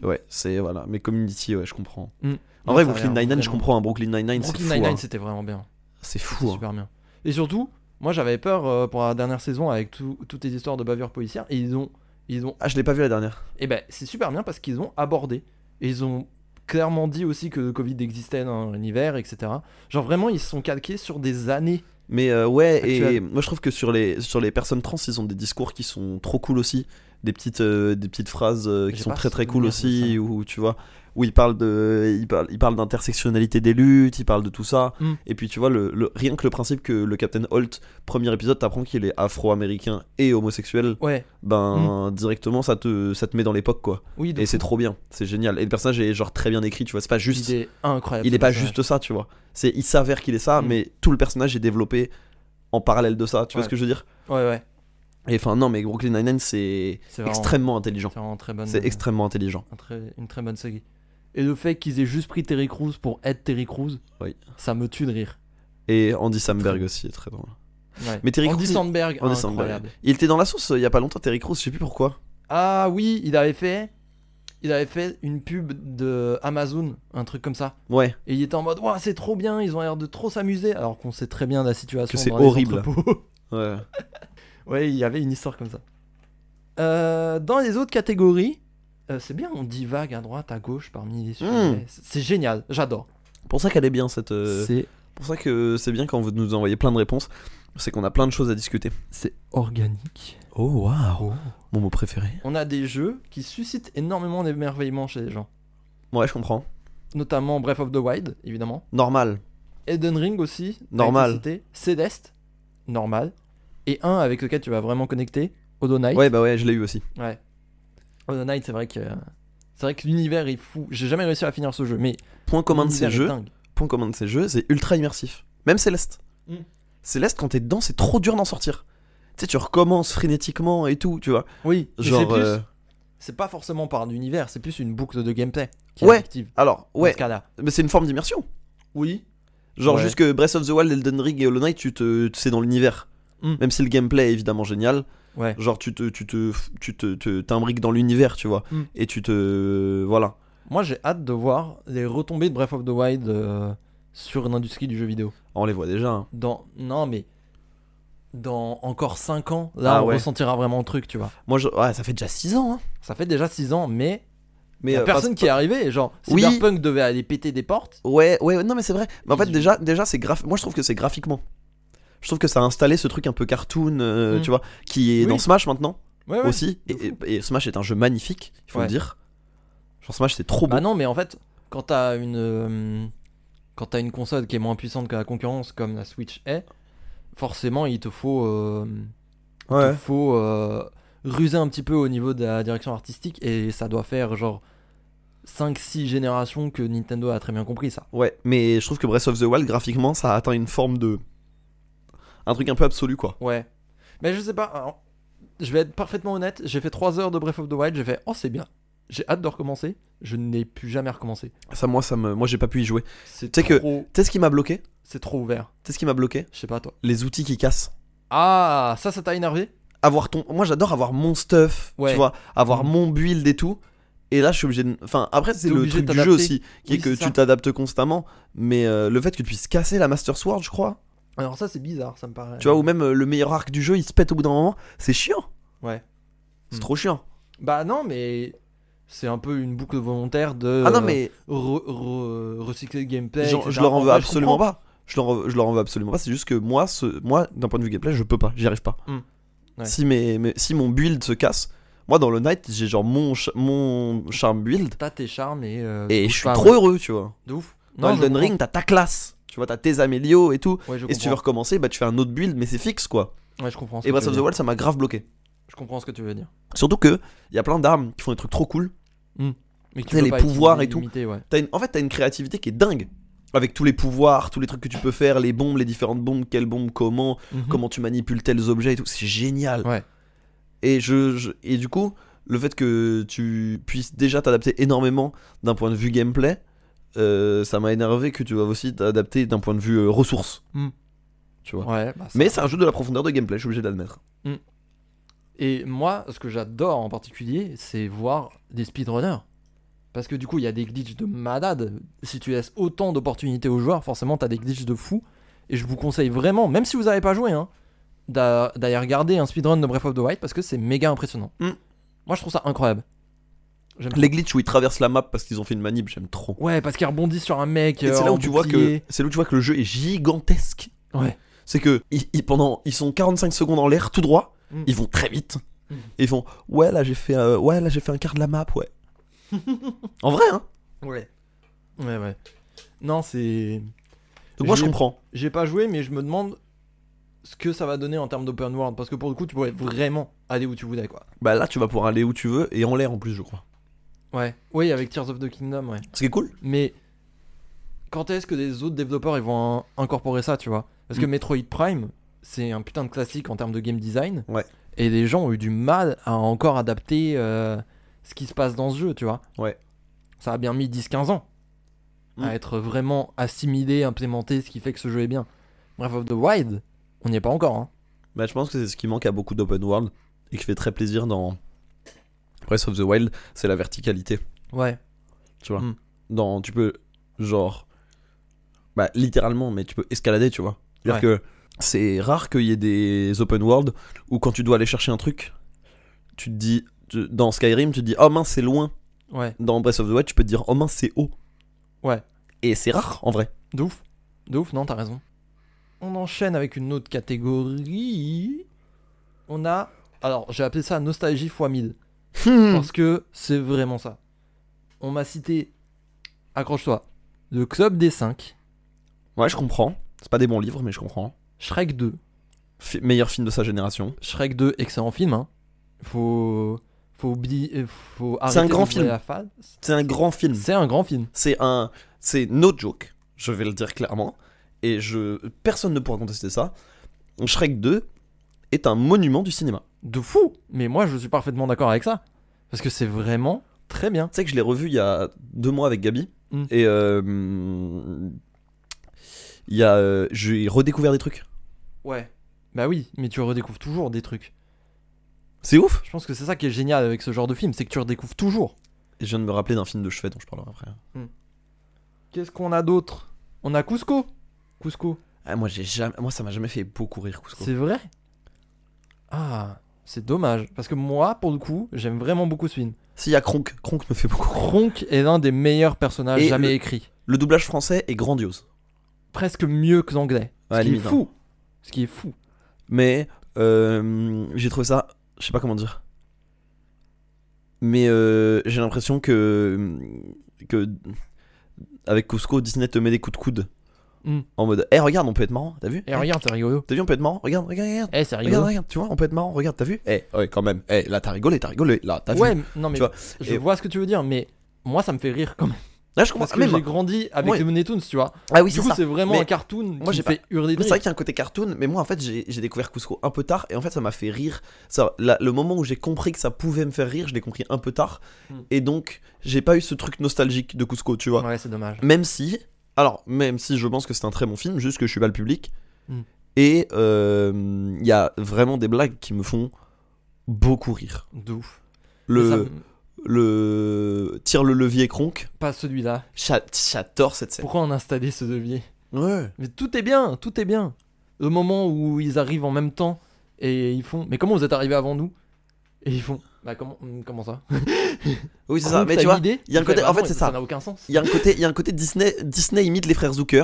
Ouais, c'est. Voilà, mais community, ouais, je comprends. Mm. En Non, vrai, ça a Brooklyn l'air Nine-Nine, je vraiment- comprends. hein, Brooklyn Nine-Nine, c'est Brooklyn fou. Nine-Nine, hein. c'était vraiment bien. C'est C'était fou. hein. super bien. Et surtout, moi j'avais peur euh, pour la dernière saison avec tout- toutes les histoires de bavure policière, et ils ont. Ils ont Ah, je l'ai pas vu la dernière. et ben, c'est super bien parce qu'ils ont abordé. Et ils ont clairement dit aussi que le Covid existait dans l'univers, etc. Genre vraiment, ils se sont calqués sur des années. Mais euh, ouais, et Actuel. moi je trouve que sur les, sur les personnes trans, ils ont des discours qui sont trop cool aussi. Des petites, euh, des petites phrases euh, qui J'ai sont pas très très souvenir cool de aussi, ça. où tu vois, où ils parlent de, ils parlent, ils parlent d'intersectionnalité des luttes, ils parlent de tout ça. Mm. Et puis tu vois, le, le- rien que le principe que le Captain Holt, premier épisode, t'apprends qu'il est afro-américain et homosexuel, Ouais, ben directement ça te, ça te met dans l'époque quoi. oui, Mm. de Et fou. c'est trop bien, c'est génial. Et le personnage est genre très bien écrit, tu vois, c'est pas juste Il est incroyable. il ce est pas personnage. juste ça, tu vois. C'est il s'avère qu'il est ça, Mm. mais tout le personnage est développé en parallèle de ça. Tu vois Ouais. ce que je veux dire Ouais, ouais. Et enfin non, mais Brooklyn Nine Nine c'est C'est vraiment, extrêmement intelligent. c'est vraiment très bonne. C'est euh, extrêmement intelligent. un très- une très bonne série. Et le fait qu'ils aient juste pris Terry Crews pour être Terry Crews, Oui. ça me tue de rire. Et Andy Samberg aussi est très drôle. Ouais. Mais Terry Andy Crews, il- Sandberg, Andy Samberg. incroyable. Il était dans la sauce euh, il y a pas longtemps, Terry Crews, je sais plus pourquoi. Ah oui, il avait fait, il avait fait une pub de Amazon, un truc comme ça. Ouais, Et il était en mode, Ouah, c'est trop bien, ils ont l'air de trop s'amuser, alors qu'on sait très bien la situation. Que c'est dans les horrible. entrepôts. [laughs] ouais. ouais, il y avait une histoire comme ça. Euh, dans les autres catégories, euh, c'est bien, on divague à droite, à gauche parmi les sujets. Mm. C'est génial, j'adore. Pour ça qu'elle est bien cette. euh, C'est Pour ça que c'est bien quand vous nous envoyez plein de réponses, c'est qu'on a plein de choses à discuter. c'est organique. Oh waouh, mon mot préféré. On a des jeux qui suscitent énormément d'émerveillement chez les gens. Ouais, je comprends. Notamment Breath of the Wild, évidemment. Normal. Elden Ring aussi. a Normal. été cité. Céleste, normal. Et un avec lequel tu vas vraiment connecter, Hollow Knight. Ouais, bah ouais, je l'ai eu aussi. Ouais. Hollow Knight, c'est vrai que. C'est vrai que l'univers est fou. J'ai jamais réussi à finir ce jeu, mais. Point commun de l'univers ces est jeux, dingue. point commun de ces jeux, c'est ultra immersif. Même Céleste. Mm. Céleste, quand t'es dedans, c'est trop dur d'en sortir. Tu sais, tu recommences frénétiquement et tout, tu vois. Oui, mais Genre. c'est plus- euh, C'est pas forcément par l'univers, c'est plus une boucle de gameplay qui Ouais, est active. Alors, ouais, cas-là. mais c'est une forme d'immersion. Oui. Genre, Ouais. juste que Breath of the Wild, Elden Ring et Hollow Knight, tu te, tu- c'est dans l'univers. Mm. Même si le gameplay est évidemment génial, Ouais. genre tu te, tu te, tu te, te- t'imbriques dans l'univers, tu vois, Mm. et tu te, voilà. Moi, j'ai hâte de voir les retombées de Breath of the Wild euh, sur l'industrie du jeu vidéo. On les voit déjà. hein. dans non mais dans encore 5 ans là Ah on ouais. ressentira vraiment le truc tu vois Moi, je- ouais, ça fait déjà 6 ans. hein. ça fait déjà 6 ans mais Mais la euh, personne parce- qui est arrivée, genre, Oui. Cyberpunk devait aller péter des portes. Ouais, ouais, ouais, non, mais c'est vrai. Mais en fait, Ils- déjà, déjà c'est graph... moi je trouve que c'est graphiquement. Je trouve que ça a installé ce truc un peu cartoon, euh, Mm. tu vois, qui est Oui. dans Smash maintenant Ouais, ouais. aussi. de Et, et- et Smash est un jeu magnifique, il faut Ouais. le dire. Genre Smash, c'est trop beau. Bah non, mais en fait, quand t'as une, euh, quand t'as une console qui est moins puissante que la concurrence, comme la Switch est, forcément, il te faut, euh, il te faut euh, ruser un petit peu au niveau de la direction artistique, et ça doit faire genre 5-6 générations que Nintendo a très bien compris ça. Ouais, mais je trouve que Breath of the Wild, graphiquement, ça a atteint une forme de. Un truc un peu absolu, quoi. Ouais. Mais je sais pas, alors, je vais être parfaitement honnête, j'ai fait 3 heures de Breath of the Wild, j'ai fait « Oh, c'est bien ». J'ai hâte de recommencer, je n'ai plus jamais recommencé. Ça, moi, ça me... moi j'ai pas pu y jouer. Tu C'est Tu sais que- trop, sais ce qui m'a bloqué Tu c'est trop ouvert. sais ce qui m'a bloqué Je sais pas, toi. Les outils qui cassent. Ah, ça, ça t'a énervé Avoir ton... Moi, j'adore avoir mon stuff, Ouais. tu vois, avoir Mhm. mon build et tout. Et là, je suis obligé de. Enfin, après, c'est T'es le obligé truc de du jeu t'adapter. aussi, qui est Oui, que c'est ça. tu t'adaptes constamment. Mais euh, le fait que tu puisses casser la Master Sword, je crois, Alors ça c'est bizarre, ça me paraît. tu vois, ou même euh, le meilleur arc du jeu, il se pète au bout d'un moment, c'est chiant. Ouais. C'est Mhm. trop chiant. Bah non, mais c'est un peu une boucle volontaire de ah non, euh, mais re- re- recycler le gameplay. Genre, etc. je leur en veux vrai, absolument comprends. pas. Je leur, en veux- je leur en veux absolument pas. C'est juste que moi, ce, moi d'un point de vue gameplay, je peux pas. J'y arrive pas. Hmm. Ouais. Si, mes, mes- si mon build se casse, moi dans le night, j'ai genre mon, ch- mon charme build T'as tes charmes et. euh, et tu je suis bouges pas, trop ouais. heureux, tu vois. de ouf. Dans je Elden comprends. Ring, t'as ta classe. Tu vois, t'as tes Amélio et tout. Ouais, je Et si tu veux comprends. recommencer, bah tu fais un autre build, mais c'est fixe quoi. Ouais, je comprends. ce Et que Breath tu of the veux dire. Wild, ça m'a grave bloqué. Je comprends ce que tu veux dire. Surtout que y a plein d'armes qui font des trucs trop cool. Mais que sais, peux les pas utiliser pouvoirs et tout. illimité, ouais. T'as une- en fait, t'as une créativité qui est dingue. Avec tous les pouvoirs, tous les trucs que tu peux faire, les bombes, les différentes bombes, quelles bombes, comment, Mhm. comment tu manipules tels objets et tout, c'est génial. Ouais. Et, je, je- et du coup, le fait que tu puisses déjà t'adapter énormément d'un point de vue gameplay, euh, ça m'a énervé que tu dois aussi t'adapter d'un point de vue euh, ressources. Hmm. Tu vois. Ouais, bah, ça- Mais c'est un jeu de la profondeur de gameplay, je suis obligé d'admettre. Et moi, ce que j'adore en particulier, c'est voir des speedrunners. Parce que du coup, il y a des glitches de malade. Si tu laisses autant d'opportunités aux joueurs, forcément, t'as des glitches de fou. Et je vous conseille vraiment, même si vous n'avez pas joué, hein, d'a- d'aller regarder un speedrun de Breath of the Wild parce que c'est méga impressionnant. Mm. Moi, je trouve ça incroyable. J'aime Les glitches où ils traversent la map parce qu'ils ont fait une manip, j'aime trop. Ouais, parce qu'il rebondit sur un mec. Et euh, c'est là en où tu vois que bouclier. c'est là où tu vois que le jeu est gigantesque. Ouais. C'est que ils, ils- pendant ils sont 45 secondes en l'air tout droit, Mm. ils vont très vite. Mm. Et ils font ouais là j'ai fait euh, ouais là j'ai fait un quart de la map [laughs] ouais. en vrai hein. Ouais. Ouais, ouais. Non, c'est. Donc moi je J'ai- comprends. J'ai pas joué, mais je me demande ce que ça va donner en termes d'open world. Parce que pour le coup, tu pourrais vraiment aller où tu voulais, quoi. Bah là tu vas pouvoir aller où tu veux et en l'air en plus je crois. Ouais. Oui, avec Tears of the Kingdom, ouais. Ce qui est cool. Mais quand est-ce que les autres développeurs ils vont in- incorporer ça, tu vois Parce que Mm. Metroid Prime, c'est un putain de classique en termes de game design. Ouais. Et les gens ont eu du mal à encore adapter euh, ce qui se passe dans ce jeu, tu vois. Ouais. Ça a bien mis 10-15 ans Mm. à être vraiment assimilé, implémenté, ce qui fait que ce jeu est bien. Breath of the Wild, on n'y est pas encore, hein. Bah, je pense que c'est ce qui manque à beaucoup d'open world et qui fait très plaisir dans Breath of the Wild, c'est la verticalité. Ouais. Tu vois. Mm. Dans, tu peux, genre, bah, littéralement, mais tu peux escalader, tu vois. C'est-à-dire que c'est rare qu'il y ait des open world où quand tu dois aller chercher un truc, tu te dis, tu- dans Skyrim, tu te dis, oh mince, c'est loin. Ouais, Dans Breath of the Wild, tu peux te dire, oh mince, c'est haut. Ouais. Et c'est rare, en vrai. de ouf. De ouf, non, t'as raison. On enchaîne avec une autre catégorie. On a. Alors, j'ai appelé ça Nostalgie x 1000. Hmm. Parce que c'est vraiment ça. On m'a cité. Accroche-toi. Le Club des 5, Ouais, je comprends. C'est pas des bons livres, mais je comprends. Shrek 2. Fi- meilleur film de sa génération. Shrek 2, excellent film, hein. Faut. Faut oublier. Faut arrêter. un grand d'ouvrir film. Hmm. la face. C'est un grand film. C'est un grand film. C'est un. C'est no joke, je vais le dire clairement. Et je. Personne ne pourra contester ça. Shrek 2 est un monument du cinéma. De fou. Mais moi, je suis parfaitement d'accord avec ça. Parce que c'est vraiment très bien. Tu sais que je l'ai revu il y a deux mois avec Gabi. Mm. Et. euh, Il y a. euh, J'ai redécouvert des trucs. Ouais. Bah oui, mais tu redécouvres toujours des trucs. C'est ouf! Je pense que c'est ça qui est génial avec ce genre de film, c'est que tu redécouvres toujours. Et je viens de me rappeler d'un film de chevet dont je parlerai après. Qu'est-ce qu'on a d'autre On a Cusco. Cusco, Ah, moi, j'ai jamais... moi, ça m'a jamais fait beaucoup rire, Cusco. c'est vrai Ah, c'est dommage, parce que moi, pour le coup, j'aime vraiment beaucoup ce film. S'il y a Kronk, Kronk me fait beaucoup. rire. Kronk est l'un des meilleurs personnages Et jamais le- écrits. Le doublage français est grandiose. Presque mieux que l'anglais. Ouais, ce qui est limite, hein. fou. Ce qui est fou. Mais euh, j'ai trouvé ça, je sais pas comment dire. Mais euh, j'ai l'impression que que avec Cusco, Disney te met des coups de coude Mm. en mode, eh regarde, on peut être marrant, t'as vu Eh, Et Eh, regarde, c'est rigolo. T'as vu, on peut être marrant, regarde, regarde, regarde. Eh, c'est rigolo. Regarde, regarde, tu vois, on peut être marrant, regarde, t'as vu Eh, ouais, quand même, eh, là, t'as rigolé, t'as rigolé, là, t'as ouais, vu mais- non, Tu mais vois, je et- vois ce que tu veux dire, mais moi, ça me fait rire quand même. Là, je comprends, Parce ah, que mais j'ai moi- grandi avec moi- les Looney Tunes, tu vois. ah oui, Du c'est coup, ça. c'est vraiment Mais- un cartoon qui moi, j'ai me fait hurler de Mais C'est vrai rire. qu'il y a un côté cartoon, mais moi en fait j'ai j'ai découvert Cusco un peu tard et en fait ça m'a fait rire. Ça, la- le moment où j'ai compris que ça pouvait me faire rire, je l'ai compris un peu tard. Hmm. Et donc j'ai pas eu ce truc nostalgique de Cusco, tu vois. Ouais, c'est dommage. Même si, alors même si je pense que c'est un très bon film, juste que je suis pas le public. Hmm. Et euh, il y a vraiment des blagues qui me font beaucoup rire. De ouf. Mais ça Le, me- le tire le levier cronk, Pas celui-là. j'a- j'adore cette scène. Pourquoi on a installé ce levier Ouais. Mais tout est bien, tout est bien. Le moment où ils arrivent en même temps et ils font Mais comment vous êtes arrivés avant nous Et ils font Bah comment, hum, comment ça Oui c'est ça, Kronk, mais t'as tu une vois, idée il y a un Il fait, côté- bah en fait, non, c'est Ça ça. n'a aucun sens. il y a un côté, il y a un côté Disney, Disney imite les frères Zucker.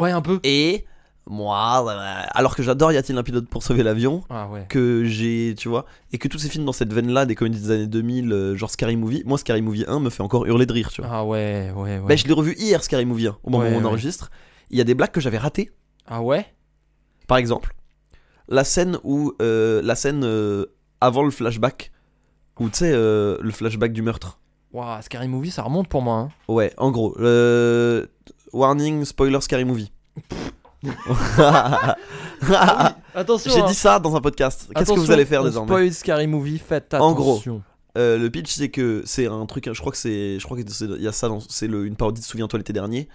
Ouais, un peu. Et moi, euh, alors que j'adore Y a-t-il un pilote pour sauver l'avion Ah ouais. que j'ai, tu vois, et que tous ces films dans cette veine-là, des comédies des années 2000, euh, genre Scary Movie, moi Scary Movie 1 me fait encore hurler de rire, tu vois. Ah ouais, ouais, ouais. Bah, je l'ai revu hier Scary Movie 1, au moment Ouais, où on ouais. enregistre. Il y a des blagues que j'avais ratées, Ah ouais par exemple, la scène où, euh, la scène euh, avant le flashback, où tu sais, euh, le flashback du meurtre. Waouh, Scary Movie, ça remonte pour moi. hein. Ouais, en gros, euh, warning, spoiler Scary [laughs] Movie. [laughs] Attention Ah, J'ai hein. dit ça dans un podcast. Qu'est-ce que vous Attention, allez faire on désormais Spoil Scary Movie, faites attention. En gros. Euh, le pitch c'est que c'est un truc je crois que c'est je crois que c'est- il y a ça dans- c'est le- une parodie de Souviens-toi l'été dernier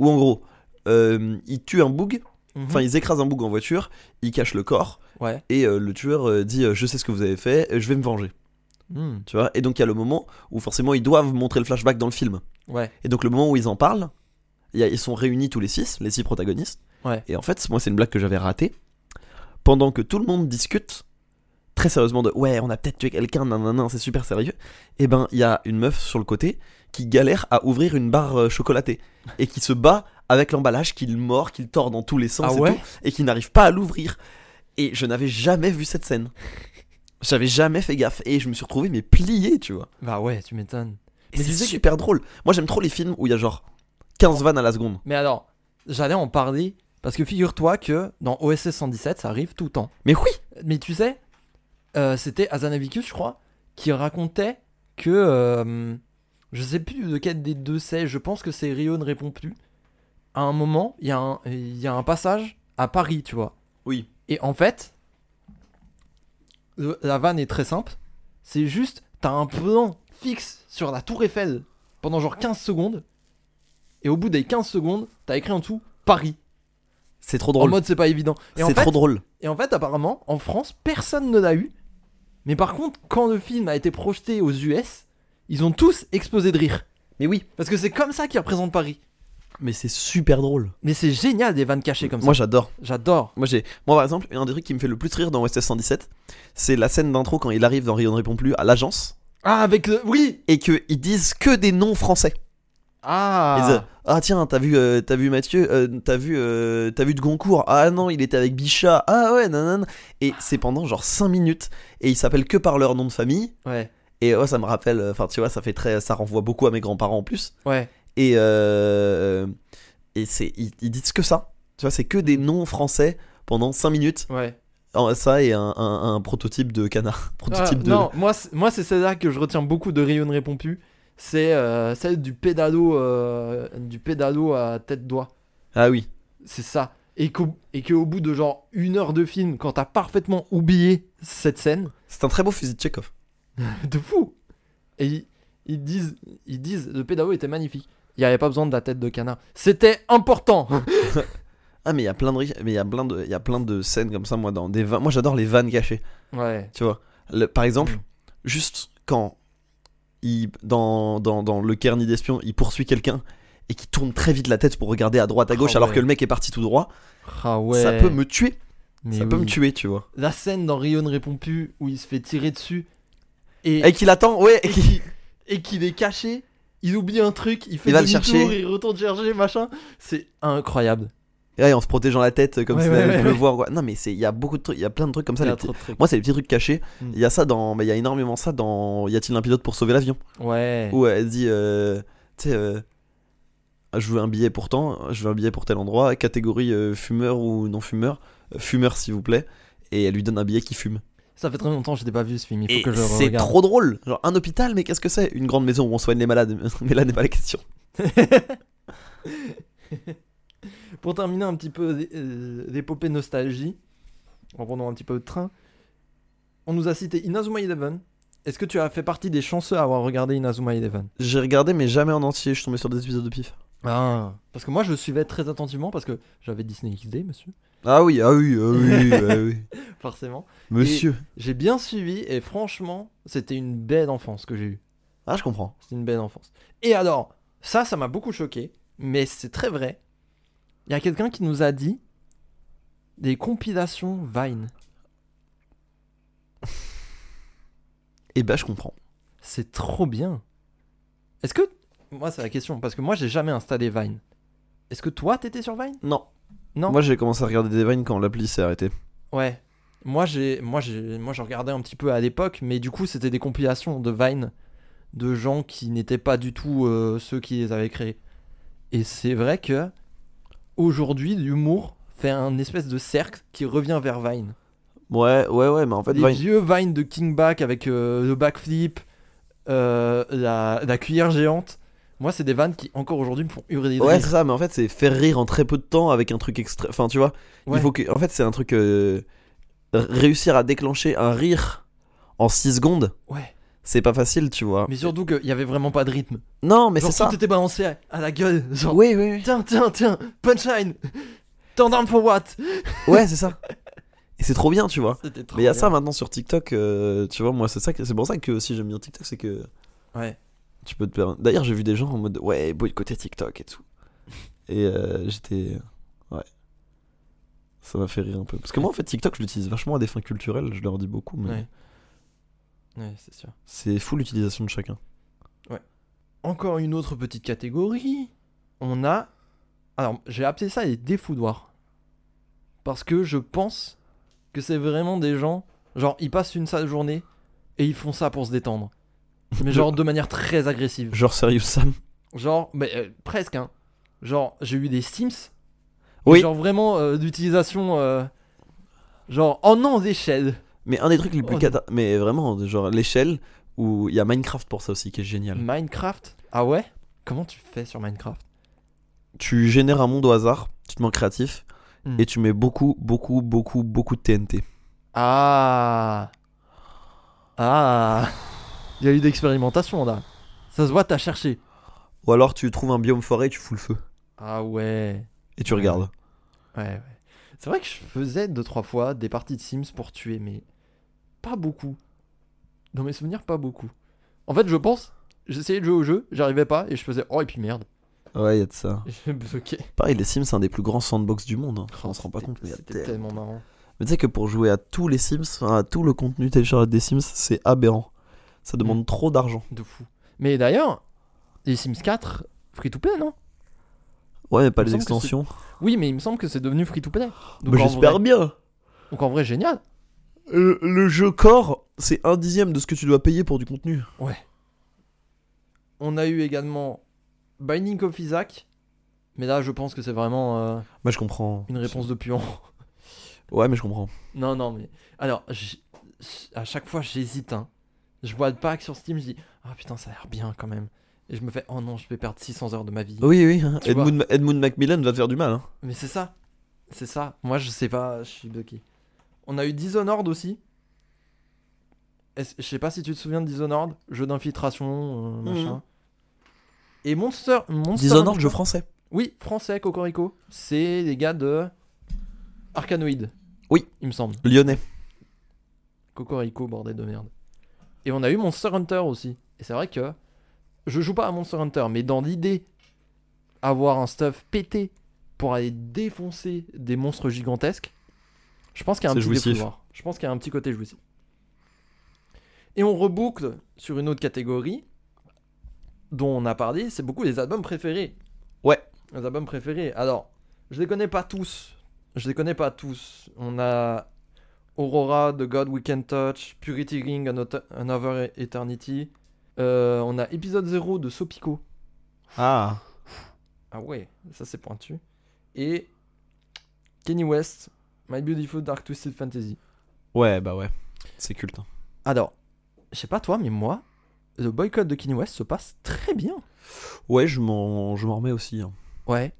où en gros euh, ils tuent un boug Mhm. enfin ils écrasent un boug en voiture ils cachent le corps Ouais. et euh, le tueur euh, dit euh, je sais ce que vous avez fait euh, je vais me venger Hmm. tu vois et donc il y a le moment où forcément ils doivent montrer le flashback dans le film Ouais. et donc le moment où ils en parlent il y a- ils sont réunis tous les six les six protagonistes Ouais. et en fait moi c'est une blague que j'avais ratée pendant que tout le monde discute très sérieusement de ouais on a peut-être tué quelqu'un nanana c'est super sérieux et ben il y a une meuf sur le côté qui galère à ouvrir une barre euh, chocolatée et qui se bat avec l'emballage qu'il mord qu'il tord dans tous les sens Ah et, ouais tout, et qui n'arrive pas à l'ouvrir et je n'avais jamais vu cette scène j'avais jamais fait gaffe et je me suis retrouvé mais plié tu vois Bah ouais, tu m'étonnes. et Mais c'est tu sais que- super drôle moi j'aime trop les films où il y a genre 15 vannes à la seconde Mais alors, j'allais en parler parce que figure-toi que dans OSS 117, ça arrive tout le temps. mais oui Mais tu sais, euh, c'était Azanavicus, je crois, qui racontait que. euh, je sais plus de quel des deux c'est, je pense que c'est Rio ne répond plus. À un moment, il y, a un- il y a un passage à Paris, tu vois. oui Et en fait, le- la vanne est très simple. C'est juste, t'as un plan fixe sur la tour Eiffel pendant genre 15 secondes. Et au bout des 15 secondes, t'as écrit en dessous Paris. c'est trop En drôle mode, c'est pas évident. Et en, c'est fait, trop drôle et en fait, apparemment, en France, personne ne l'a eu. Mais par contre, quand le film a été projeté aux US, ils ont tous explosé de rire. mais oui Parce que c'est comme ça qu'ils représentent Paris. mais c'est super drôle Mais c'est génial des vannes cachées comme ça. moi j'adore J'adore. Moi, j'ai, moi par exemple, un des trucs qui me fait le plus rire dans OSS 117, c'est la scène d'intro quand il arrive dans Rio ne répond plus à l'agence Ah, avec le. Oui et qu'ils disent que des noms français. Ils disent, Ah ah tiens, t'as vu, euh, t'as vu Mathieu, euh, t'as vu, euh, t'as vu de Goncourt. Ah non, il était avec Bichat. Ah ouais, nanana. Et c'est pendant genre 5 minutes et ils s'appellent que par leur nom de famille. Ouais, Et ouais, ça me rappelle, euh, enfin tu vois, ça fait très, ça renvoie beaucoup à mes grands-parents en plus. ouais. Et euh, et c'est, ils, ils disent que ça. Tu vois, c'est que Mm. des noms français pendant 5 minutes. Ouais. Oh, ça et un, un- un prototype de canard. [laughs] prototype Ah, de... Non, moi, c'est- moi c'est celle-là que je retiens beaucoup de Rio ne répond plus. C'est euh, celle du pédalo, euh, du pédalo à tête doigt. Ah oui. C'est ça. Et qu'au et qu'au bout de genre une heure de film, quand t'as parfaitement oublié cette scène, [laughs] C'est un très beau fusil de Chekhov. de fou. Et ils, ils disent, ils disent, le pédalo était magnifique. Il n'y avait pas besoin de la tête de canard. C'était important. [laughs] Ah mais il y a plein de ri- mais il y a plein de il y a plein de scènes comme ça moi dans des van- moi j'adore les vannes cachées, ouais. tu vois. Le- par exemple, Mm. juste quand il dans dans, dans le Kerny d'espion, il poursuit quelqu'un et qui tourne très vite la tête pour regarder à droite à gauche Ah alors ouais. que le mec est parti tout droit, Ah ouais. ça peut me tuer, Mais ça peut me oui. tuer, tu vois. La scène dans Rio ne répond plus où il se fait tirer dessus Et, Et qu'il attend, ouais, et et qu'il. qui- et qu'il est caché, il oublie un truc, il fait Il va le demi-tour, chercher. il retourne chercher, machin. C'est incroyable. Et là, en se protégeant la tête, euh, comme Ouais, si on ouais, allait ouais, le ouais. voir. quoi. Non, mais c'est- il y a beaucoup de trucs, il y a plein de trucs comme ça. Il y les a petits- trop de trucs. Moi, c'est les petits trucs cachés. Mm. Il y a ça dans. mais Il y a énormément ça dans. Y a-t-il un pilote pour sauver l'avion Ouais. Où elle dit. euh, tu sais. euh, Ah, je veux un billet pourtant, je veux un billet pour tel endroit, catégorie euh, fumeur ou non fumeur, Euh, fumeur s'il vous plaît, et elle lui donne un billet qui fume. Ça fait très longtemps que je n'ai pas vu ce film, il faut Et que je le c'est regarde. trop drôle. Genre un hôpital, mais qu'est-ce que c'est Une grande maison où on soigne les malades, [laughs] mais là n'est pas la question. Pour terminer un petit peu d'é- euh, d'épopée nostalgie, en prenant un petit peu de train, on nous a cité Inazuma Eleven. Est-ce que tu as fait partie des chanceux à avoir regardé Inazuma Eleven J'ai regardé, mais jamais en entier, je suis tombé sur des épisodes de pif. Ah, parce que moi je le suivais très attentivement parce que j'avais Disney XD, monsieur, Ah oui, ah oui, ah oui, ah oui. [laughs] forcément. Monsieur. J'ai bien suivi et franchement, c'était une belle enfance que j'ai eue. Ah, je comprends. C'était une belle enfance. Et alors, ça, ça m'a beaucoup choqué, mais c'est très vrai. Il y a quelqu'un qui nous a dit des compilations Vine. Et bah, je comprends. C'est trop bien. Est-ce que. Moi, c'est la question, parce que moi, j'ai jamais installé Vine. Est-ce que toi, t'étais sur Vine Non. Non. Moi, j'ai commencé à regarder des vines quand l'appli s'est arrêtée. Ouais. Moi, j'ai, moi, j'ai, moi, je regardais un petit peu à l'époque, mais du coup, c'était des compilations de Vine de gens qui n'étaient pas du tout euh, ceux qui les avaient créés. Et c'est vrai que aujourd'hui, l'humour fait un espèce de cercle qui revient vers Vine. Ouais, ouais, ouais, mais en fait, les Vine. vieux Vine de Kingback avec euh, le backflip, euh, la, la cuillère géante. Moi, c'est des vannes qui encore aujourd'hui me font hurler. de Ouais, rire. c'est ça, mais en fait, c'est faire rire en très peu de temps avec un truc extra. Enfin, tu vois, Ouais. il faut que. En fait, c'est un truc. euh, r- Réussir à déclencher un rire en 6 secondes, ouais. c'est pas facile, tu vois. Mais surtout qu'il y avait vraiment pas de rythme. Non, mais Genre, c'est ça. tout était balancé à, à la gueule. Genre, Oui, oui, [laughs] oui. Tiens, tiens, tiens, punchline T'en down for what Ouais, c'est ça. Et c'est trop bien, tu vois. C'était trop Mais il y a bien. ça maintenant sur TikTok, euh, tu vois, moi, c'est ça que... c'est pour ça que aussi j'aime bien TikTok, c'est que. Ouais. Tu peux te permettre. D'ailleurs, j'ai vu des gens en mode ouais, boycotter TikTok et tout. Et euh, j'étais. Ouais. Ça m'a fait rire un peu. Parce que moi, en fait, TikTok, je l'utilise vachement à des fins culturelles, je leur dis beaucoup, mais Ouais, Ouais, c'est sûr. c'est fou l'utilisation de chacun. Encore une autre petite catégorie. On a. Alors, j'ai appelé ça les défoudoirs. Parce que je pense que c'est vraiment des gens. Genre, ils passent une sale journée et ils font ça pour se détendre. [laughs] Mais genre de manière très agressive. Genre, sérieux, Sam Genre, mais euh, presque, hein. Genre, j'ai eu des Sims. Oui. Genre vraiment euh, d'utilisation. euh, Genre, oh non, échelles. Mais un des trucs les plus. Oh, cata- Mais vraiment, genre, l'échelle où il y a Minecraft pour ça aussi qui est génial. Minecraft Ah ouais Comment tu fais sur Minecraft Tu génères un monde au hasard, tu te mets en créatif, Hmm. et tu mets beaucoup, beaucoup, beaucoup, beaucoup de TNT. Ah Ah [laughs] Il y a eu d'expérimentation là. Ça se voit, t'as cherché. Ou alors, tu trouves un biome forêt et tu fous le feu. Ah ouais. Et tu Ouais. regardes. Ouais, ouais. C'est vrai que je faisais deux, trois fois des parties de Sims pour tuer, mais pas beaucoup. Dans mes souvenirs, pas beaucoup. En fait, je pense, j'essayais de jouer au jeu, j'arrivais pas, et je faisais oh, et puis merde. Ouais, il y a de ça. Et [laughs] je bloquais. Pareil, les Sims, c'est un des plus grands sandbox du monde. hein. [laughs] on se rend pas C'était- compte, mais il y a C'était tellement- tellement marrant. Mais tu sais que pour jouer à tous les Sims, enfin, à tout le contenu téléchargé des Sims, c'est aberrant. Ça demande trop d'argent. De fou. Mais d'ailleurs, les Sims 4, free to play, non Ouais, mais pas Il me les semble que extensions. Oui, mais il me semble que c'est devenu free to play. Donc Mais en Bah, j'espère vrai- bien. Donc en vrai, génial. Le, le jeu corps, c'est un dixième de ce que tu dois payer pour du contenu. On a eu également Binding of Isaac. Mais là, je pense que c'est vraiment euh, Bah, je comprends. une réponse de puant. [laughs] Ouais, mais je comprends. non, non, mais. Alors, j'- à chaque fois, j'hésite. hein. Je vois le pack sur Steam, je dis Ah putain, ça a l'air bien quand même. Et je me fais Oh non, je vais perdre 600 heures de ma vie. Oui, oui. hein. Tu vois. Edmund, Edmund Macmillan va te faire du mal. hein. Mais c'est ça. C'est ça. Moi, je sais pas, je suis bloqué. On a eu Dishonored aussi. Est-ce- Je sais pas si tu te souviens de Dishonored, jeu d'infiltration, euh, machin. Et Monster, Monster Dishonored, jeu français. Oui, français, Cocorico. C'est les gars de Arcanoid. Oui. Il me semble. Lyonnais. Cocorico, bordel de merde. Et on a eu Monster Hunter aussi. Et c'est vrai que je joue pas à Monster Hunter, mais dans l'idée, avoir un stuff pété pour aller défoncer des monstres gigantesques, je pense qu'il y a un C'est petit jouissif. défouloir. Je pense qu'il y a un petit côté jouissif. Et on reboucle sur une autre catégorie dont on a parlé, c'est beaucoup les albums préférés. Ouais. Les albums préférés. Alors, je les connais pas tous. Je les connais pas tous. On a Aurora, The God We Can Touch, Purity Ring, Ano- Another Eternity. Euh, on a épisode 0 de Sopico. Ah. Ah ouais, ça c'est pointu. Et Kenny West, My Beautiful Dark Twisted Fantasy. Ouais, bah ouais. C'est culte. hein. Alors, je sais pas toi, mais moi, le boycott de Kenny West se passe très bien. Ouais, je m'en je m'en remets aussi. hein. Ouais.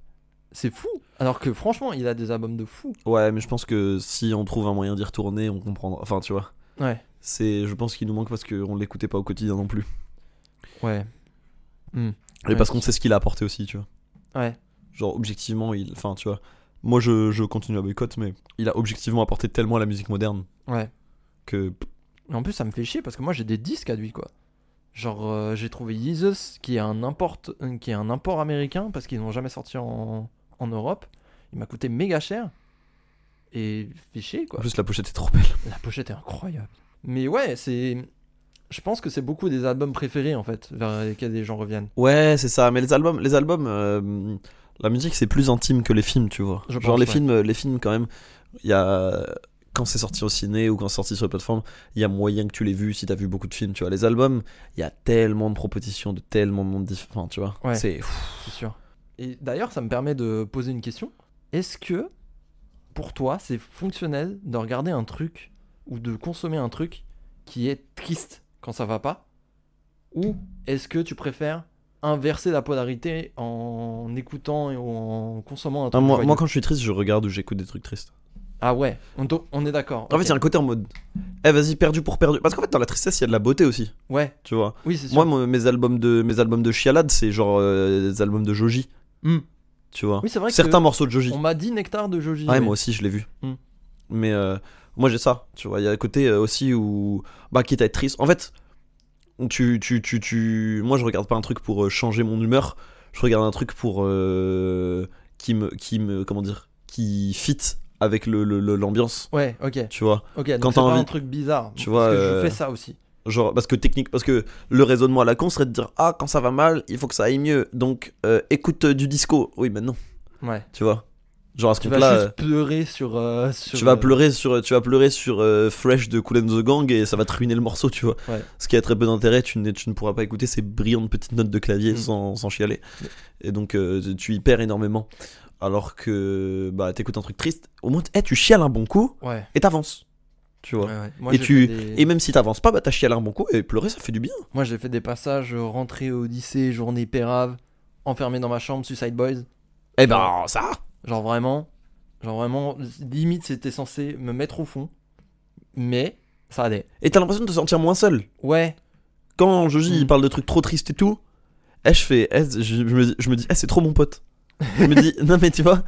C'est fou. Alors que franchement, il a des albums de fou. Ouais, mais je pense que si on trouve un moyen d'y retourner, on comprendra. Enfin, tu vois. Ouais. C'est, je pense qu'il nous manque parce qu'on l'écoutait pas au quotidien non plus. Ouais. Et Ouais. parce qu'on sait ce qu'il a apporté aussi, tu vois. Ouais. Genre, objectivement, il. Enfin, tu vois. Moi, je, je continue à boycott, mais il a objectivement apporté tellement à la musique moderne Ouais. que. Et en plus, ça me fait chier parce que moi, j'ai des disques à lui, quoi. Genre, euh, j'ai trouvé Jesus, qui est un import, euh, qui est un import américain parce qu'ils n'ont jamais sorti en, en Europe. Il m'a coûté méga cher. Et fait chier, En quoi. plus, la pochette est trop belle. La pochette est incroyable. Mais ouais, c'est. Je pense que c'est beaucoup des albums préférés en fait, vers lesquels les gens reviennent. Ouais, c'est ça. Mais les albums, les albums, euh, la musique c'est plus intime que les films, tu vois. Je Genre pense, les ouais. films, les films quand même. Il y a quand c'est sorti au ciné ou quand c'est sorti sur les plateformes, il y a moyen que tu l'aies vu si t'as vu beaucoup de films, tu vois. Les albums, il y a tellement de propositions de tellement de monde différent, tu vois. Ouais. C'est pff, C'est sûr. Et d'ailleurs, ça me permet de poser une question. Est-ce que, pour toi, c'est fonctionnel de regarder un truc ou de consommer un truc qui est triste quand ça va pas Ou est-ce que tu préfères inverser la polarité en écoutant et en consommant un Ah, truc moi, joyeux moi, quand je suis triste, je regarde ou j'écoute des trucs tristes. Ah ouais, on, t- on est d'accord. En fait, il y a un côté en mode, eh vas-y perdu pour perdu. Parce qu'en fait dans la tristesse, il y a de la beauté aussi, Ouais, tu vois. oui, c'est sûr. Moi mon- mes albums de mes albums de chialade, c'est genre euh, des albums de Joji, Hmm. tu vois. Oui, c'est vrai que Certains morceaux de Joji. on m'a dit Nectar de Joji. Ouais, mais- moi aussi, je l'ai vu. Mm. Mais euh, moi, j'ai ça. Tu vois, il y a le côté euh, aussi où. Bah, quitte à être triste. En fait, tu, tu, tu, tu... moi, je regarde pas un truc pour euh, changer mon humeur. Je regarde un truc pour. euh, qui, me, qui me. Comment dire Qui fit avec l'ambiance. Le, le, l'ambiance Ouais, ok. tu vois Ok, donc Quand c'est t'as pas envie- un truc bizarre. Tu parce vois, que euh, je fais ça aussi. Genre, parce que technique, parce que le raisonnement à la con serait de dire Ah, quand ça va mal, il faut que ça aille mieux. Donc, euh, écoute euh, du disco. Oui, mais non, Ouais. tu vois. Genre, à ce Tu vas compte-là. euh, juste pleurer sur. euh, sur, tu vas euh, pleurer sur tu vas pleurer sur euh, Fresh de Cool and the Gang et ça va te ruiner le morceau tu vois Ouais. ce qui a très peu d'intérêt tu, ne- tu ne pourras pas écouter ces brillantes petites notes de clavier Mm. sans, sans chialer Ouais. et donc euh, tu y perds énormément alors que bah t'écoutes un truc triste au moins eh, tu chiales un bon coup Ouais. et t'avances tu vois ouais, ouais. Moi, Et j'ai tu- fait des- et même si t'avances pas bah t'as chialé un bon coup et pleurer ça fait du bien Moi, j'ai fait des passages euh, rentrée au lycée, journée pérave, enfermé dans ma chambre, Suicide Boys. Eh et ben ça Genre vraiment. Genre vraiment. Limite, c'était censé me mettre au fond. Mais ça allait. et t'as l'impression de te sentir moins seul Ouais. quand Joji il Mm. parle de trucs trop tristes et tout, eh, je fais, eh, je, je me, je me dis, eh, c'est trop mon pote. je me [laughs] dis, non mais tu vois,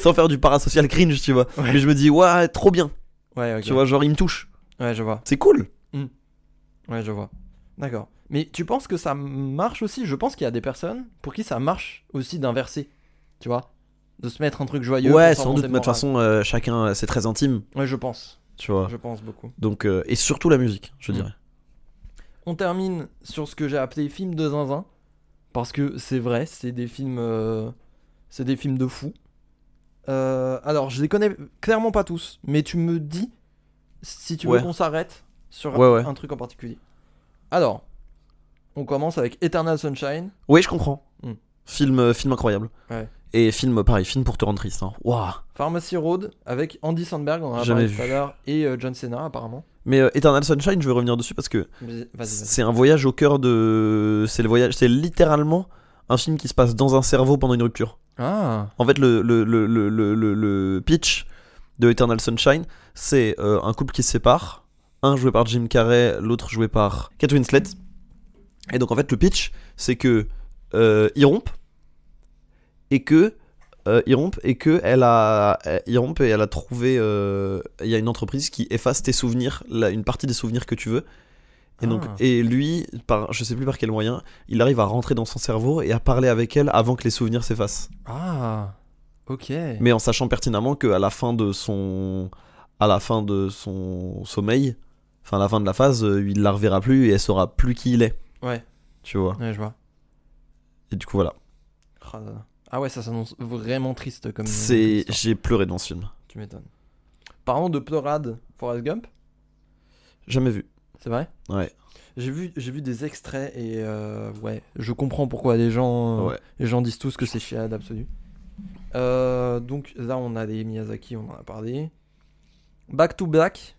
sans faire du parasocial cringe, tu vois. Ouais. Mais je me dis, ouais, trop bien. Ouais, ok. Tu vois, genre il me touche. Ouais, je vois. C'est cool. Ouais, je vois. D'accord. Mais tu penses que ça marche aussi Je pense qu'il y a des personnes pour qui ça marche aussi d'inverser. Tu vois De se mettre un truc joyeux. ouais, pour sans doute, s'augmenter mais de le toute moral. façon, euh, chacun, euh, c'est très intime, Ouais, je pense. tu vois. Je pense beaucoup. Donc, euh, et surtout la musique, je Mm. dirais. On termine sur ce que j'ai appelé films de zinzin. Parce que c'est vrai, c'est des films. euh, c'est des films de fous. Euh, alors, je les connais clairement pas tous, mais tu me dis si tu veux Ouais. qu'on s'arrête sur Ouais, ouais. un truc en particulier. Alors, on commence avec Eternal Sunshine. Oui, je comprends. Mm. Film, euh, film incroyable. Ouais. Et film, pareil, film pour te rendre triste. Hein. Waouh. Pharmacy Road avec Andy Sandberg, on en a Jamais parlé tout à vu. l'heure, et euh, John Cena apparemment. Mais euh, Eternal Sunshine, je vais revenir dessus parce que Mais- Vas-y, vas-y. C'est un voyage au cœur de. C'est le voyage. C'est littéralement un film qui se passe dans un cerveau pendant une rupture. Ah, En fait, le, le, le, le, le, le- le pitch de Eternal Sunshine, c'est euh, un couple qui se sépare. Un joué par Jim Carrey, l'autre joué par Kate Winslet. Et donc, en fait, le pitch, c'est que euh, ils rompent et que euh, ils rompent et que elle a euh, ils rompent et elle a trouvé. euh, Il y a une entreprise qui efface tes souvenirs, la- une partie des souvenirs que tu veux. Et donc, Ah. et lui, par je sais plus par quel moyen, il arrive à rentrer dans son cerveau et à parler avec elle avant que les souvenirs s'effacent. ah, ok. Mais en sachant pertinemment que à la fin de son à la fin de son sommeil, enfin, à la fin de la phase, euh, il la reverra plus et elle saura plus qui il est. Ouais. Tu vois. Ouais, je vois. Et du coup, voilà. Ah là là. Ah ouais, ça s'annonce vraiment triste comme. C'est, comme histoire. j'ai pleuré dans ce film. Tu m'étonnes. Parlons de pleurade, Forrest Gump, Jamais [laughs] vu. c'est vrai Ouais. J'ai vu, j'ai vu des extraits et euh, ouais, je comprends pourquoi les gens, euh, Ouais. les gens disent tous que c'est chiade absolu. Euh, donc là, on a des Miyazaki, on en a parlé. Back to Black.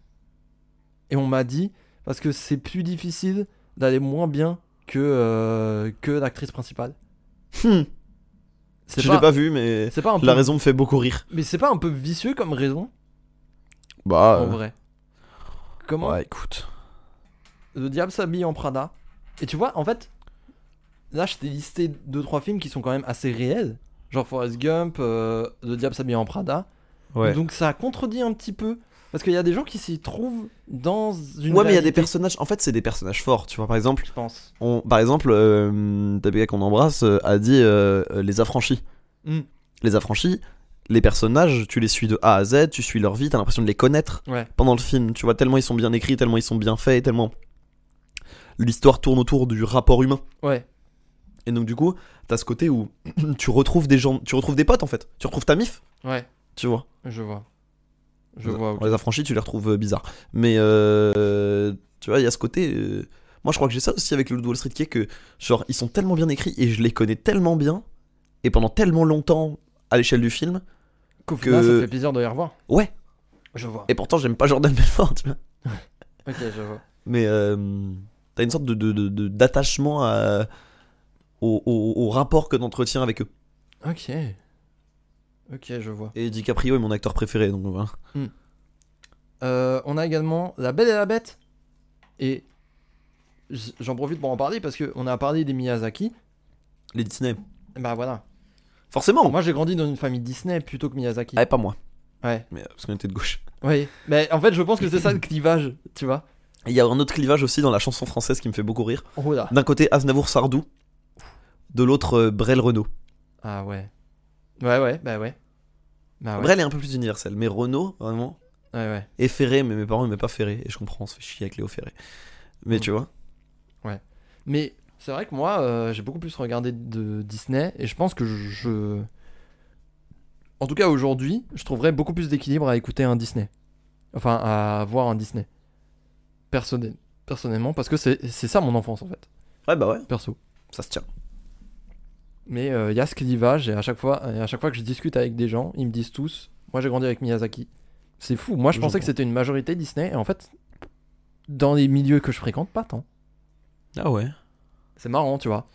Et on m'a dit, parce que c'est plus difficile d'aller moins bien que, euh, que l'actrice principale. Hmm. C'est Je l'ai pas vu, mais c'est pas la un peu, raison me fait beaucoup rire. mais c'est pas un peu vicieux comme raison Bah, en euh, vrai. Comment ouais, écoute. Le diable s'habille en Prada. Et tu vois, en fait, là, je t'ai listé deux trois films qui sont quand même assez réels, genre Forrest Gump, euh, Le diable s'habille en Prada. Ouais. Donc ça contredit un petit peu parce qu'il y a des gens qui s'y trouvent dans une ouais, mais il y a des réalité, personnages. En fait, c'est des personnages forts. Tu vois, par exemple, je pense. on, par exemple, euh, Tabitha qu'on embrasse euh, a dit euh, euh, les affranchis. Hmm. Les affranchis, les personnages, tu les suis de A à Z, tu suis leur vie, t'as l'impression de les connaître Ouais. pendant le film. Tu vois, tellement ils sont bien écrits, tellement ils sont bien faits, tellement l'histoire tourne autour du rapport humain. Ouais. Et donc du coup, t'as ce côté où [clears throat] tu retrouves des gens, tu retrouves des potes en fait, tu retrouves ta mif, Ouais. tu vois. Je vois. Je vois. ok. On les affranchis, tu les retrouves euh, bizarres. Mais euh, tu vois, il y a ce côté. euh, Moi, je crois que j'ai ça aussi avec le Wall Street qui est que, genre, ils sont tellement bien écrits et je les connais tellement bien et pendant tellement longtemps à l'échelle du film. Qu'au que- final, ça te fait plaisir de les revoir. Ouais. Je vois. Et pourtant, j'aime pas Jordan Belfort, tu vois. Ok, je vois. Mais euh, t'as une sorte de- de de- de- d'attachement à- au, au- au rapport que t'entretiens avec eux. Ok. Ok, je vois. Et DiCaprio est mon acteur préféré, donc voilà. Euh, on a également La Belle et la Bête. Et j- j'en profite pour en parler parce qu'on a parlé des Miyazaki. Les Disney. Bah voilà. Forcément. Moi j'ai grandi dans une famille Disney plutôt que Miyazaki. Ah, pas moi. Ouais. Mais euh, parce qu'on était de gauche. Oui. Mais en fait je pense que c'est ça le clivage, tu vois. Et Il y a un autre clivage aussi dans la chanson française qui me fait beaucoup rire. Oh là. D'un côté, Aznavour Sardou. De l'autre, euh, Brel Renault. Ah ouais. Ouais ouais, bah ouais. Bah ouais. Brel est un peu plus universel, mais Renault, vraiment. Ouais ouais. Et Ferré, mais mes parents ils m'aiment pas Ferré. Et je comprends, on se fait chier avec Léo Ferré. Mais Mm. tu vois. Mais c'est vrai que moi euh, j'ai beaucoup plus regardé de Disney et je pense que je... je- En tout cas aujourd'hui je trouverais beaucoup plus d'équilibre à écouter un Disney. Enfin à voir un Disney. Personnel- Personnellement parce que c'est c'est ça mon enfance en fait. Ouais, bah ouais, Perso. ça se tient. Mais euh, il y a ce clivage et à chaque fois, et à chaque fois que je discute avec des gens, ils me disent tous, moi j'ai grandi avec Miyazaki. C'est fou. Moi je Je pensais que comprends. c'était une majorité Disney et en fait, dans les milieux que je fréquente, pas tant. Ah ouais. C'est marrant, tu vois.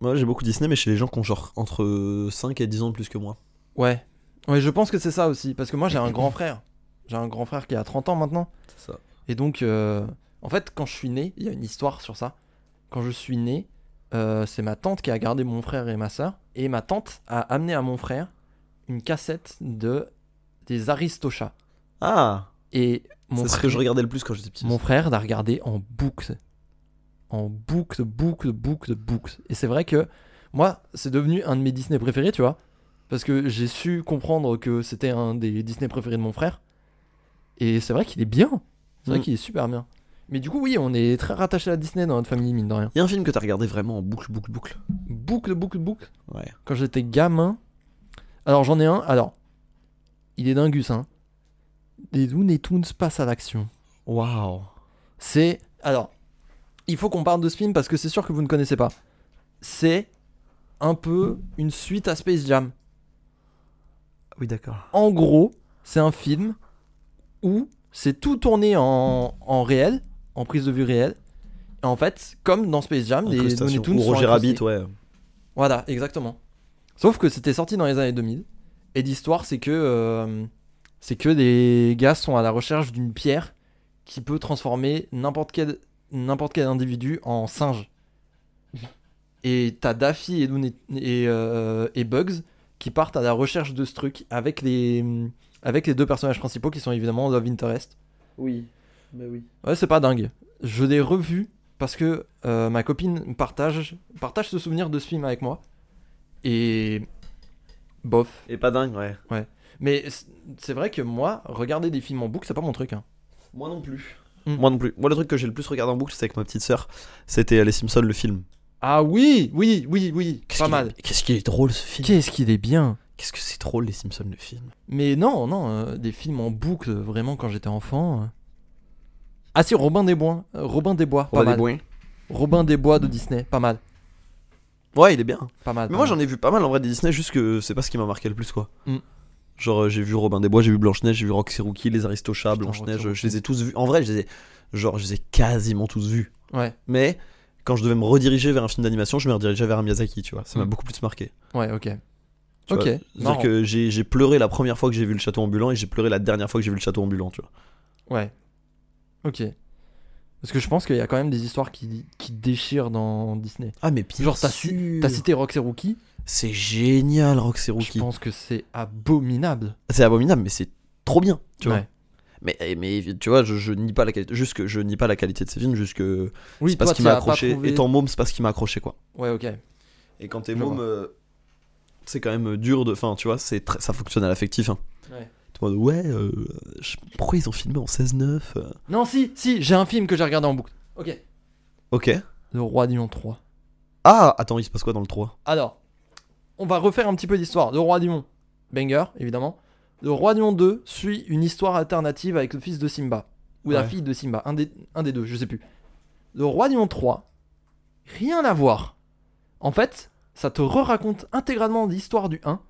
Moi, j'ai beaucoup Disney, mais chez les gens qui ont genre entre 5 et 10 ans de plus que moi. Ouais. Ouais, je pense que c'est ça aussi parce que moi j'ai un grand frère. J'ai un grand frère qui a 30 ans maintenant. C'est ça. Et donc, euh, en fait, quand je suis né, il y a une histoire sur ça. Quand je suis né, euh, c'est ma tante qui a gardé mon frère et ma soeur. Et ma tante a amené à mon frère une cassette de des Aristochats. Ah Et mon C'est ce frère, que je regardais le plus quand j'étais petit. mon frère l'a regardé en boucle. En boucle, boucle, boucle, boucle. Et c'est vrai que moi, c'est devenu un de mes Disney préférés, tu vois. Parce que j'ai su comprendre que c'était un des Disney préférés de mon frère. Et c'est vrai qu'il est bien. C'est vrai Mm. qu'il est super bien. Mais du coup, oui, on est très rattaché à Disney dans notre famille, mine de rien. Il y a un film que t'as regardé vraiment en boucle, boucle, boucle. Boucle, boucle, boucle. Ouais. Quand j'étais gamin. Alors, j'en ai un. Alors, il est dingus, hein. Les Looney Tunes passent à l'action. Waouh. C'est. Alors, il faut qu'on parle de ce film parce que c'est sûr que vous ne connaissez pas. C'est un peu une suite à Space Jam. Oui, d'accord. En gros, c'est un film où c'est tout tourné en, en réel, en prise de vue réelle. Et en fait, comme dans Space Jam, les Looney Incrustation. Tunes Ou sont Roger incrustés. Rabbit, ouais. Voilà, exactement. Sauf que c'était sorti dans les années 2000. Et l'histoire, c'est que. euh, c'est que des gars sont à la recherche d'une pierre qui peut transformer n'importe quel, n'importe quel individu en singe. Et t'as Daffy et, Looney- et, euh, et Bugs qui partent à la recherche de ce truc avec les, avec les deux personnages principaux qui sont évidemment Love Interest. Oui. Mais oui. Ouais, c'est pas dingue. Je l'ai revu parce que euh, ma copine partage, partage ce souvenir de ce film avec moi. Et. Bof. Et pas dingue, ouais. Mais c- c'est vrai que moi, regarder des films en boucle, c'est pas mon truc. hein. Moi non plus. Mm. Moi non plus. Moi, le truc que j'ai le plus regardé en boucle, c'était avec ma petite sœur. C'était Les Simpsons, le film. Ah oui, oui, oui, oui, Qu'est-ce pas qu'il- mal. Qu'est-ce qu'il est drôle ce film Qu'est-ce qu'il est bien. Qu'est-ce que c'est drôle, Les Simpsons, le film Mais non, non, euh, des films en boucle, vraiment, quand j'étais enfant. euh. Ah si, Robin des Bois. euh, Robin des Bois, pas Robin des mal. Bois. Robin des Bois de Disney, pas mal. Ouais, il est bien. Pas mal. Mais pas moi, mal. j'en ai vu pas mal en vrai des Disney, juste que c'est pas ce qui m'a marqué le plus, quoi. Mm. Genre, euh, j'ai vu Robin des Bois, j'ai vu Blanche-Neige, j'ai vu Roxy Rookie, Les Aristochats, Putain, Blanche-Neige, Roxy euh, je les Rookie. ai tous vus. En vrai, je les ai, genre, je les ai quasiment tous vus. Ouais, Mais quand je devais me rediriger vers un film d'animation, je me redirigeais vers un Miyazaki, tu vois. Ça m'a Mm. beaucoup plus marqué. ouais, ok. Tu ok. vois, marrant. C'est-à-dire que j'ai j'ai pleuré la première fois que j'ai vu le château ambulant et j'ai pleuré la dernière fois que j'ai vu le château ambulant, tu vois. Ouais. Ok. Parce que je pense qu'il y a quand même des histoires qui, qui déchirent dans Disney. Ah, mais pire. Genre, t'as su- T'as cité Rox et Rookie C'est génial, Roxy Je Rookie. pense que c'est abominable. C'est abominable, mais c'est trop bien, tu vois. Ouais. Mais, eh, mais tu vois, je, je nie pas la qualité, juste que je nie pas la qualité de ces films, juste que Oui, c'est pas ce toi, qui t'y m'a as pas accroché. trouvé- Étant môme, c'est pas ce qui m'a accroché, quoi. Ouais, ok. Et quand t'es Je môme, vois. euh, c'est quand même euh, dur de. Enfin, tu vois, c'est très- ça fonctionne à l'affectif. Hein. Ouais. T'es en mode, ouais, euh, je- pourquoi ils ont filmé en 16-9 euh Non, si, si, j'ai un film que j'ai regardé en boucle. Ok. Ok. Le Roi Lion 3. Ah, attends, il se passe quoi dans le 3 Alors, on va refaire un petit peu d'histoire. Le Roi Lion, banger, évidemment. Le Roi Lion 2 suit une histoire alternative avec le fils de Simba. Ou la Ouais. fille de Simba, un des, un des deux, je sais plus. Le Roi Lion 3, rien à voir. En fait, ça te re-raconte intégralement l'histoire du 1,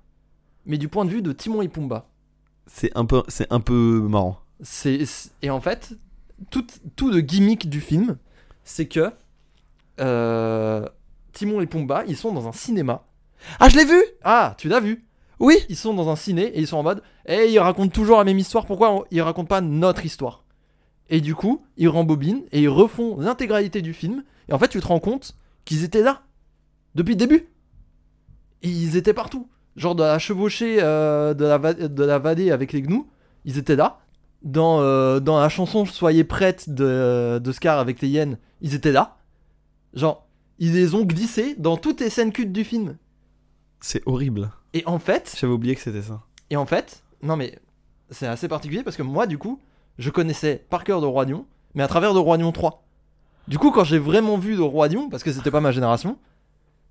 mais du point de vue de Timon et Pumba. C'est un peu, c'est un peu marrant. C'est c'est- et en fait tout, tout le gimmick du film, c'est que euh, Timon et Pumba, ils sont dans un cinéma. Ah, je l'ai vu Ah, tu l'as vu Oui. Ils sont dans un ciné et ils sont en mode Eh, ils racontent toujours la même histoire, pourquoi on- ils racontent pas notre histoire Et du coup, ils rembobinent et ils refont l'intégralité du film. Et en fait, tu te rends compte qu'ils étaient là depuis le début. Et ils étaient partout. Genre de la chevauchée euh, de, la va- de la vallée avec les gnous, ils étaient là. Dans, euh, dans la chanson Soyez prête de, de Scar avec les hyènes, ils étaient là. Genre, ils les ont glissés dans toutes les scènes cultes du film. C'est horrible. Et en fait, J'avais oublié que c'était ça. et en fait, non mais c'est assez particulier parce que moi du coup, je connaissais par cœur de Roi Lion, mais à travers de Roi Lion 3. Du coup, quand j'ai vraiment vu de Roi Lion, parce que c'était pas ma génération,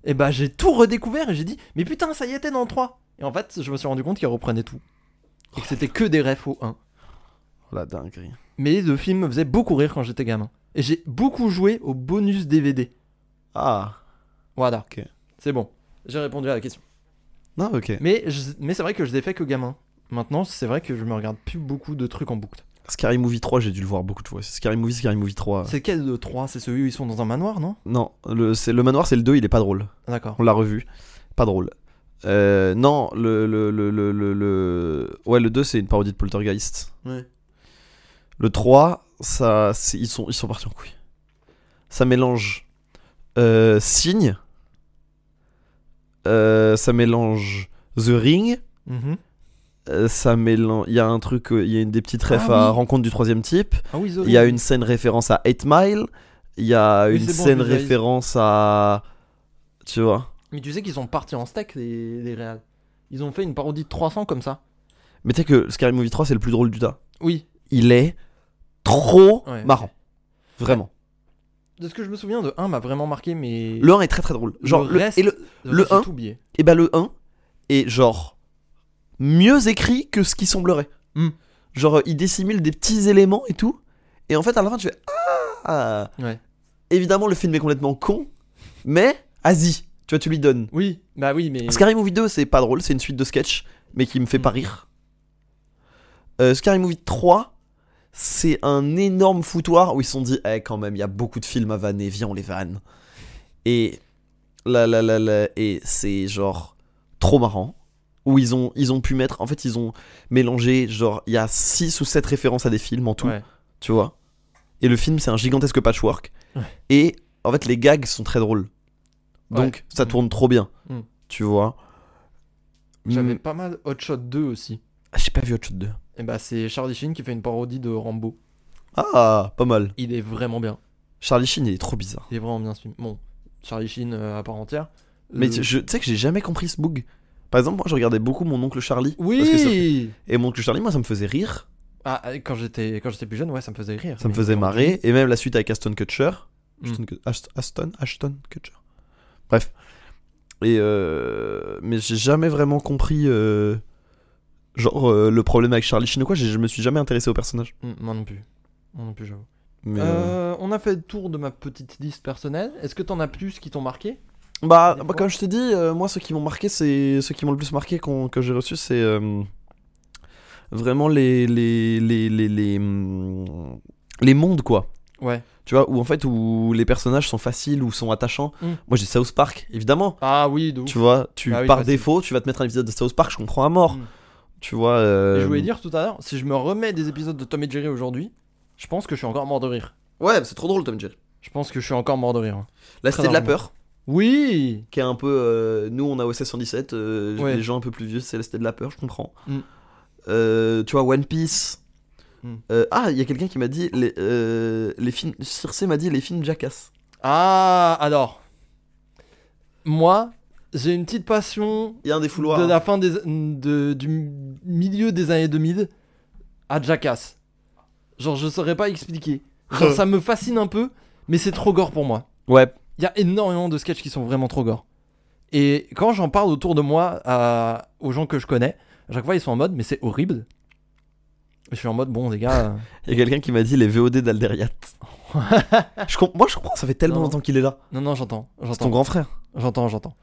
et bah j'ai tout redécouvert et j'ai dit mais putain ça y était dans le 3. Et en fait, je me suis rendu compte qu'ils reprenaient tout et que c'était que des refs au 1. Oh, la dinguerie. Mais le film me faisait beaucoup rire quand j'étais gamin. Et j'ai beaucoup joué au bonus DVD. Ah. Voilà. Ok. C'est bon. J'ai répondu à la question. Non, ok. Mais, je- mais c'est vrai que je l'ai fait que gamin. Maintenant, c'est vrai que je me regarde plus beaucoup de trucs en boucle. Scary Movie 3, j'ai dû le voir beaucoup de fois. C'est Scary Movie, Scary Movie 3. C'est quel de 3 C'est celui où ils sont dans un manoir, non Non, le, c'est, le manoir, c'est le 2, il est pas drôle. Ah, D'accord. On l'a revu. Pas drôle. Euh, non, le, le, le, le, le- le- Ouais, le 2, c'est une parodie de Poltergeist. Ouais. Le 3, ça, c'est- ils, sont, ils sont partis en couille. Ça mélange euh, Signe. Euh, ça mélange The Ring. Euh, ça mélange. Il y a un truc, euh, il y a une des petites refs Ah à oui. Rencontre du troisième type. Ah oui, Il y a une scène référence à 8 Mile. Il y a Oui, une c'est bon, scène je visualise. référence à. Tu vois Mais tu sais qu'ils sont partis en steak, les, les réals. Ils ont fait une parodie de 300 comme ça. Mais tu sais que Scary Movie 3, c'est le plus drôle du tas. Oui. Il est trop Ouais. marrant. Vraiment. De ce que je me souviens, de 1 m'a vraiment marqué, mais. Le 1 est très très drôle. Genre, le, reste, et, le, le, le reste, j'ai un. tout oublié. et bah, le 1 est genre mieux écrit que ce qui semblerait. Hmm. Genre, euh, il dissimule des petits éléments et tout. Et en fait, à la fin, tu fais Ah Ouais. Évidemment, le film est complètement con, mais Asie. Tu vois, tu lui donnes. Oui, bah oui, mais. Scary Movie 2, c'est pas drôle, c'est une suite de sketch, mais qui me fait Mm. pas rire. Euh, Scary Movie 3, c'est un énorme foutoir où ils se sont dit, eh, quand même, il y a beaucoup de films à vanner, viens, on les vanne. Et là, là, là, là, et c'est genre trop marrant. Où ils ont, ils ont pu mettre, en fait, ils ont mélangé, genre, il y a 6 ou 7 références à des films en tout, Ouais. tu vois. Et le film, c'est un gigantesque patchwork. Ouais. Et en fait, les gags sont très drôles. Donc, ça Mm. tourne trop bien, Mm. tu vois. J'avais Mm, Ah, pas mal Hot Shot 2 aussi. J'ai pas vu Hot Shot 2. Et bah, c'est Charlie Sheen qui fait une parodie de Rambo. Ah, pas mal. Il est vraiment bien. Charlie Sheen, il est trop bizarre. Il est vraiment bien ce film. Bon, Charlie Sheen euh, à part entière. Mais Euh, tu je- tu sais que j'ai jamais compris ce bug. Par exemple, moi, je regardais beaucoup mon oncle Charlie. Parce que ça- Oui Et mon oncle Charlie, moi, ça me faisait rire. Ah, euh, quand j'étais quand j'étais plus jeune, ouais, ça me faisait rire. Ça me Mais faisait aujourd'hui- marrer. Et même la suite avec Aston Kutcher. Mm. Ashton, Kut- Ast- Aston, Ashton Kutcher. Bref. Et euh, mais j'ai jamais vraiment compris euh, genre euh, le problème avec Charlie Sheen ou quoi. j'ai- Je me suis jamais intéressé au personnage. Mm, Moi non plus. Moi non plus, j'avoue. Mais, euh, Euh, on a fait le tour de ma petite liste personnelle. Est-ce que t'en as plus qui t'ont marqué bah, des bah, fois- comme je t'ai dit, euh, moi ceux qui m'ont marqué, c'est ceux qui m'ont le plus marqué qu'on- que j'ai reçu, c'est euh, vraiment les les les les les, hum, les mondes quoi. Ouais. Tu vois où en fait où les personnages sont faciles ou sont attachants. Mm. Moi j'ai South Park évidemment. Ah oui, de ouf. Tu vois, tu Ah oui, par facile. défaut, tu vas te mettre un épisode de South Park, je comprends à mort. Mm. Tu vois. Et euh, Je voulais dire tout à l'heure, si je me remets des épisodes de Tom et Jerry aujourd'hui, je pense que je suis encore mort de rire. Ouais, mais c'est trop drôle, Tom et Jerry. Je pense que je suis encore mort de rire. La Très Cité de la largement. Peur, Oui qui est un peu. euh, nous, on a OSS 117, euh, Ouais. les gens un peu plus vieux, c'est la Cité de la Peur, je comprends. Mm. Euh, tu vois, One Piece. Mm. Euh, ah, il y a quelqu'un qui m'a dit. Les, euh, les films. Circe m'a dit les films Jackass. Ah, alors. Moi, j'ai une petite passion Il y a un des fouloirs. de hein. la fin des, de- du milieu des années 2000 à Jackass. Genre, je saurais pas expliquer. Genre, ça me fascine un peu, mais c'est trop gore pour moi. Ouais. Il y a énormément de sketchs qui sont vraiment trop gore. Et quand j'en parle autour de moi à- aux gens que je connais, à chaque fois ils sont en mode, mais c'est horrible. Et Je suis en mode, bon [laughs] les gars, euh, Il y a quelqu'un qui m'a dit les VOD [laughs] d'Alderiat. je comp- Moi, je comprends, ça fait tellement Non. longtemps qu'il est là. euh, non, non, j'entends, C'est ton j'entends, grand frère. j'entends, j'entends.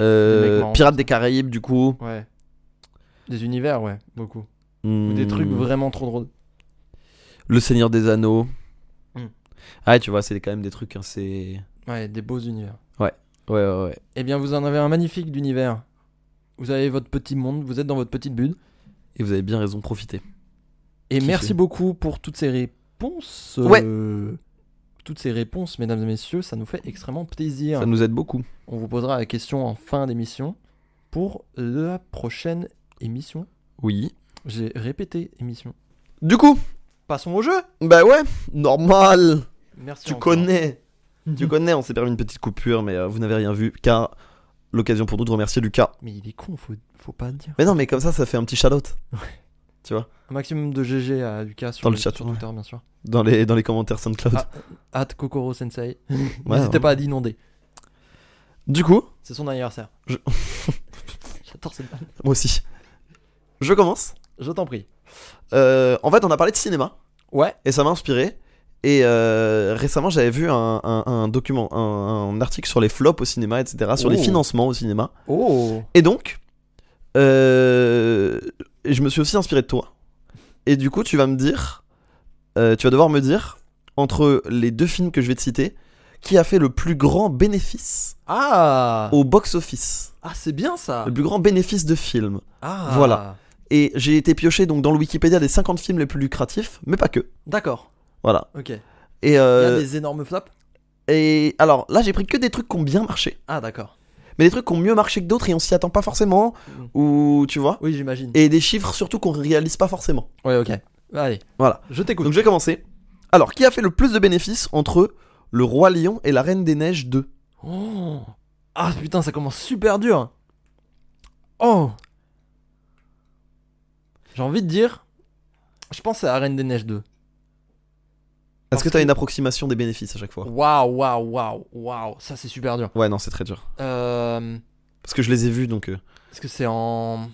Des mecs Euh, marrants. Pirates des Caraïbes, du coup. Ouais. Des univers, ouais, beaucoup. Ou des Hmm. trucs vraiment trop drôles. Le Seigneur des Anneaux. Mm. Ah, tu vois, c'est quand même des trucs assez. Ouais, des beaux univers. Ouais, ouais, ouais. Eh bien, vous en avez un magnifique d'univers. Vous avez votre petit monde, vous êtes dans votre petite bulle. Et vous avez bien raison, profitez. Et Kiffé. merci beaucoup pour toutes ces réponses. Ouais. euh, Toutes ces réponses, mesdames et messieurs, ça nous fait extrêmement plaisir. Ça nous aide beaucoup. On vous posera la question en fin d'émission pour la prochaine émission. Oui. J'ai répété émission. Du coup, Passons au jeu. bah ouais, normal. Merci. Tu encore. Mhm. connais. Tu connais, on s'est permis une petite coupure, mais euh, vous n'avez rien vu, car l'occasion pour nous de remercier Lucas. Mais il est con, faut, faut pas le dire. Mais non, mais comme ça, ça fait un petit shout Un maximum de GG à Lucas sur, Dans le chat, sur ouais. Twitter, bien sûr. dans les, dans les commentaires SoundCloud. Ah, At Kokoro Sensei. Ouais, [laughs] N'hésitez ouais. hein. pas à l'inonder. Du coup, C'est son anniversaire. Je- [laughs] J'adore cette balle. moi aussi. Je commence. Je t'en prie. Euh, en fait, on a parlé de cinéma. Ouais. et ça m'a inspiré. Et euh, récemment, j'avais vu un, un- un document, un, un article sur les flops au cinéma, etc., sur les Oh. financements au cinéma. Oh. Et donc, euh, et je me suis aussi inspiré de toi. Et du coup, tu vas me dire, euh, tu vas devoir me dire, entre les deux films que je vais te citer, qui a fait le plus grand bénéfice Ah. au box-office Ah, c'est bien ça. Oh. Le plus grand bénéfice de film. Ah. Voilà. Et j'ai été pioché donc dans le Wikipédia des 50 films les plus lucratifs, mais pas que. D'accord. Voilà. Ok. Il Et, y euh, a des énormes flops. Et alors là, j'ai pris que des trucs qui ont bien marché, Ah, d'accord. mais des trucs qui ont mieux marché que d'autres et on s'y attend pas forcément, Mm. ou tu vois, Oui, j'imagine. et des chiffres surtout qu'on réalise pas forcément. Ouais, ok. Allez. Voilà. Je t'écoute. Donc je vais commencer. Alors, qui a fait le plus de bénéfices entre Le Roi Lion et La Reine des Neiges 2 Oh. Ah putain, ça commence super dur. Oh. J'ai envie de dire. Je pense à la Reine des Neiges 2. Est-ce Parce que t'as que- une approximation des bénéfices à chaque fois Waouh, waouh, waouh, waouh. Ça, c'est super dur. Ouais, non, c'est très dur. Euh. Parce que je les ai vus donc. euh. Est-ce que c'est en.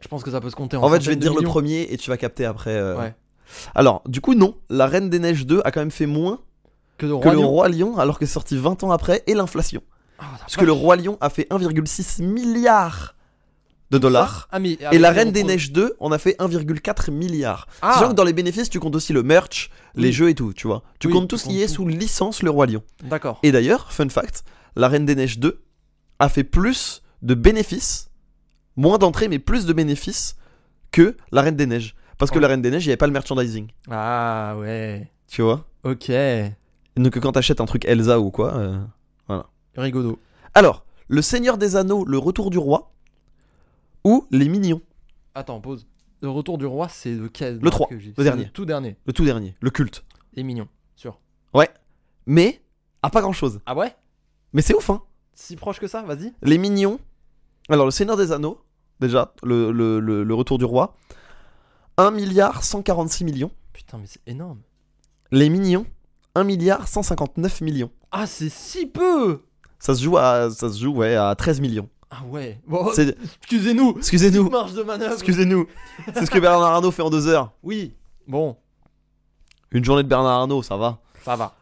Je pense que ça peut se compter en En fait, je vais centaines te de dire le millions. premier et tu vas capter après. euh. Ouais. Alors, du coup, non, La Reine des Neiges 2 a quand même fait moins Que le que roi. Le Lion. Roi Lion alors que c'est sorti 20 ans après et l'inflation. Ah, la Parce que Le vache. Roi Lion a fait 1,6 milliard de dollars. Ah, mais- ah, Et mais la c'est Reine bon des pour- Neiges 2, on a fait 1,4 milliard. Ah, Sachant que dans les bénéfices, tu comptes aussi le merch, les Oui. jeux et tout, tu vois. Tu Oui, comptes tu tout ce qui comptes est tout. sous licence Le Roi Lion. Ah, d'accord. Et d'ailleurs, fun fact, la Reine des Neiges 2 a fait plus de bénéfices, moins d'entrées, mais plus de bénéfices que la Reine des Neiges. Parce que Oh. la Reine des Neiges, il n'y avait pas le merchandising, Ah ouais. tu vois. Ok. Donc quand t'achètes un truc Elsa ou quoi. euh, Rigodo. Alors, Le Seigneur des Anneaux, Le Retour du Roi ou Les Mignons, Attends, pause. Le retour du roi, c'est lequel Le Marc, trois, que j'ai- le c'est dernier. Le tout dernier. le tout dernier, le culte. Il est mignon. Sûr. Mais, à pas grand chose. Ah ouais Mais c'est ouf, hein. Si proche que ça, vas-y. Les Mignons. Alors, le Seigneur des Anneaux, déjà, le, le- le- le Retour du Roi, 1 milliard 146 millions. Putain, mais c'est énorme. Les Mignons, 1 milliard 159 millions. Ah, c'est si peu Ça se joue à, ça se joue, ouais, à 13 millions. Ah ouais. Bon, C'est- excusez-nous. [laughs] Excusez-nous, Marge de manœuvre. excusez-nous. C'est ce que Bernard Arnault fait en deux heures. Oui. Bon, Une journée de Bernard Arnault, ça va. ça va.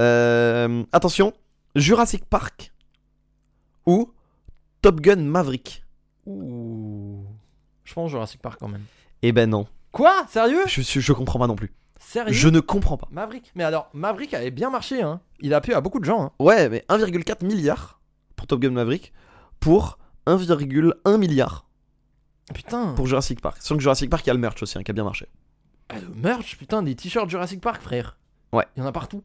Euh, attention, Jurassic Park ou Top Gun Maverick. Ouh. Je pense Jurassic Park quand même. Eh ben non, Quoi Sérieux je, suis- je comprends pas non plus. Sérieux Je ne comprends pas. Maverick. Mais alors, Maverick avait bien marché, hein. Il a plu à beaucoup de gens, hein. Ouais, mais 1,4 milliard pour Top Gun Maverick pour 1,1 milliard Putain. pour Jurassic Park. Sauf que Jurassic Park, il y a le merch aussi hein, qui a bien marché. Ah, le merch, putain, des t-shirts Jurassic Park, frère. Ouais. Il y en a partout.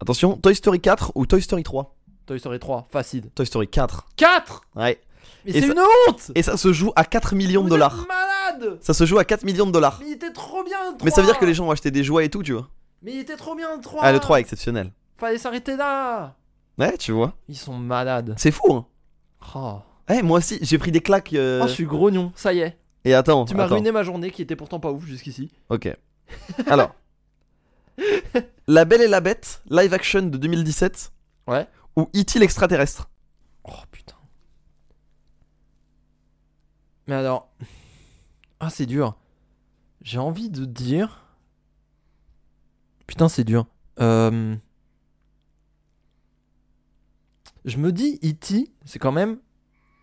Attention, Toy Story 4 ou Toy Story 3 Toy Story 3, facile. Toy Story 4. 4 Ouais. Mais Et c'est ça- une honte Et ça se joue à 4 millions Vous de êtes dollars. malade Ça se joue à 4 millions de dollars. Mais il était trop bien, le 3 Mais ça veut dire que les gens ont acheté des jouets et tout, tu vois. Mais il était trop bien, le 3 Ah, le 3 est exceptionnel. Fallait s'arrêter là Ouais, tu vois. Ils sont malades. C'est fou, hein. Oh. Eh, moi aussi, j'ai pris des claques. euh, Oh, je suis grognon, ça y est. Et attends. Tu m'as attends. ruiné ma journée qui était pourtant pas ouf jusqu'ici. Ok. Alors. la Belle et la Bête, live action de 2017. Ouais. Ou E.T. l'extraterrestre. Oh putain. Mais alors. Ah, c'est dur. J'ai envie de dire. Putain, c'est dur. Euh, Je me dis, E.T., c'est quand même.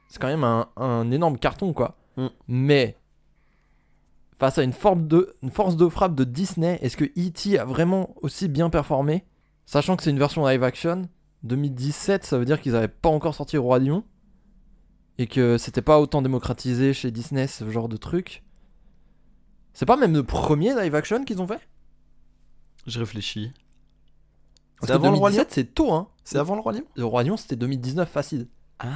C'est quand même un, un énorme carton, quoi. Mm. Mais. Face à une, forme de, une force de frappe de Disney, est-ce que E.T. a vraiment aussi bien performé Sachant que c'est une version live action, 2017, ça veut dire qu'ils n'avaient pas encore sorti Roi Lion et que c'était pas autant démocratisé chez Disney ce genre de truc. C'est pas même le premier live action qu'ils ont fait Je réfléchis. Parce C'est que avant le Roi Lion 2017, c'est tôt hein. C'est avant le Roi Lion Le Roi Lion c'était 2019 facile. Ah.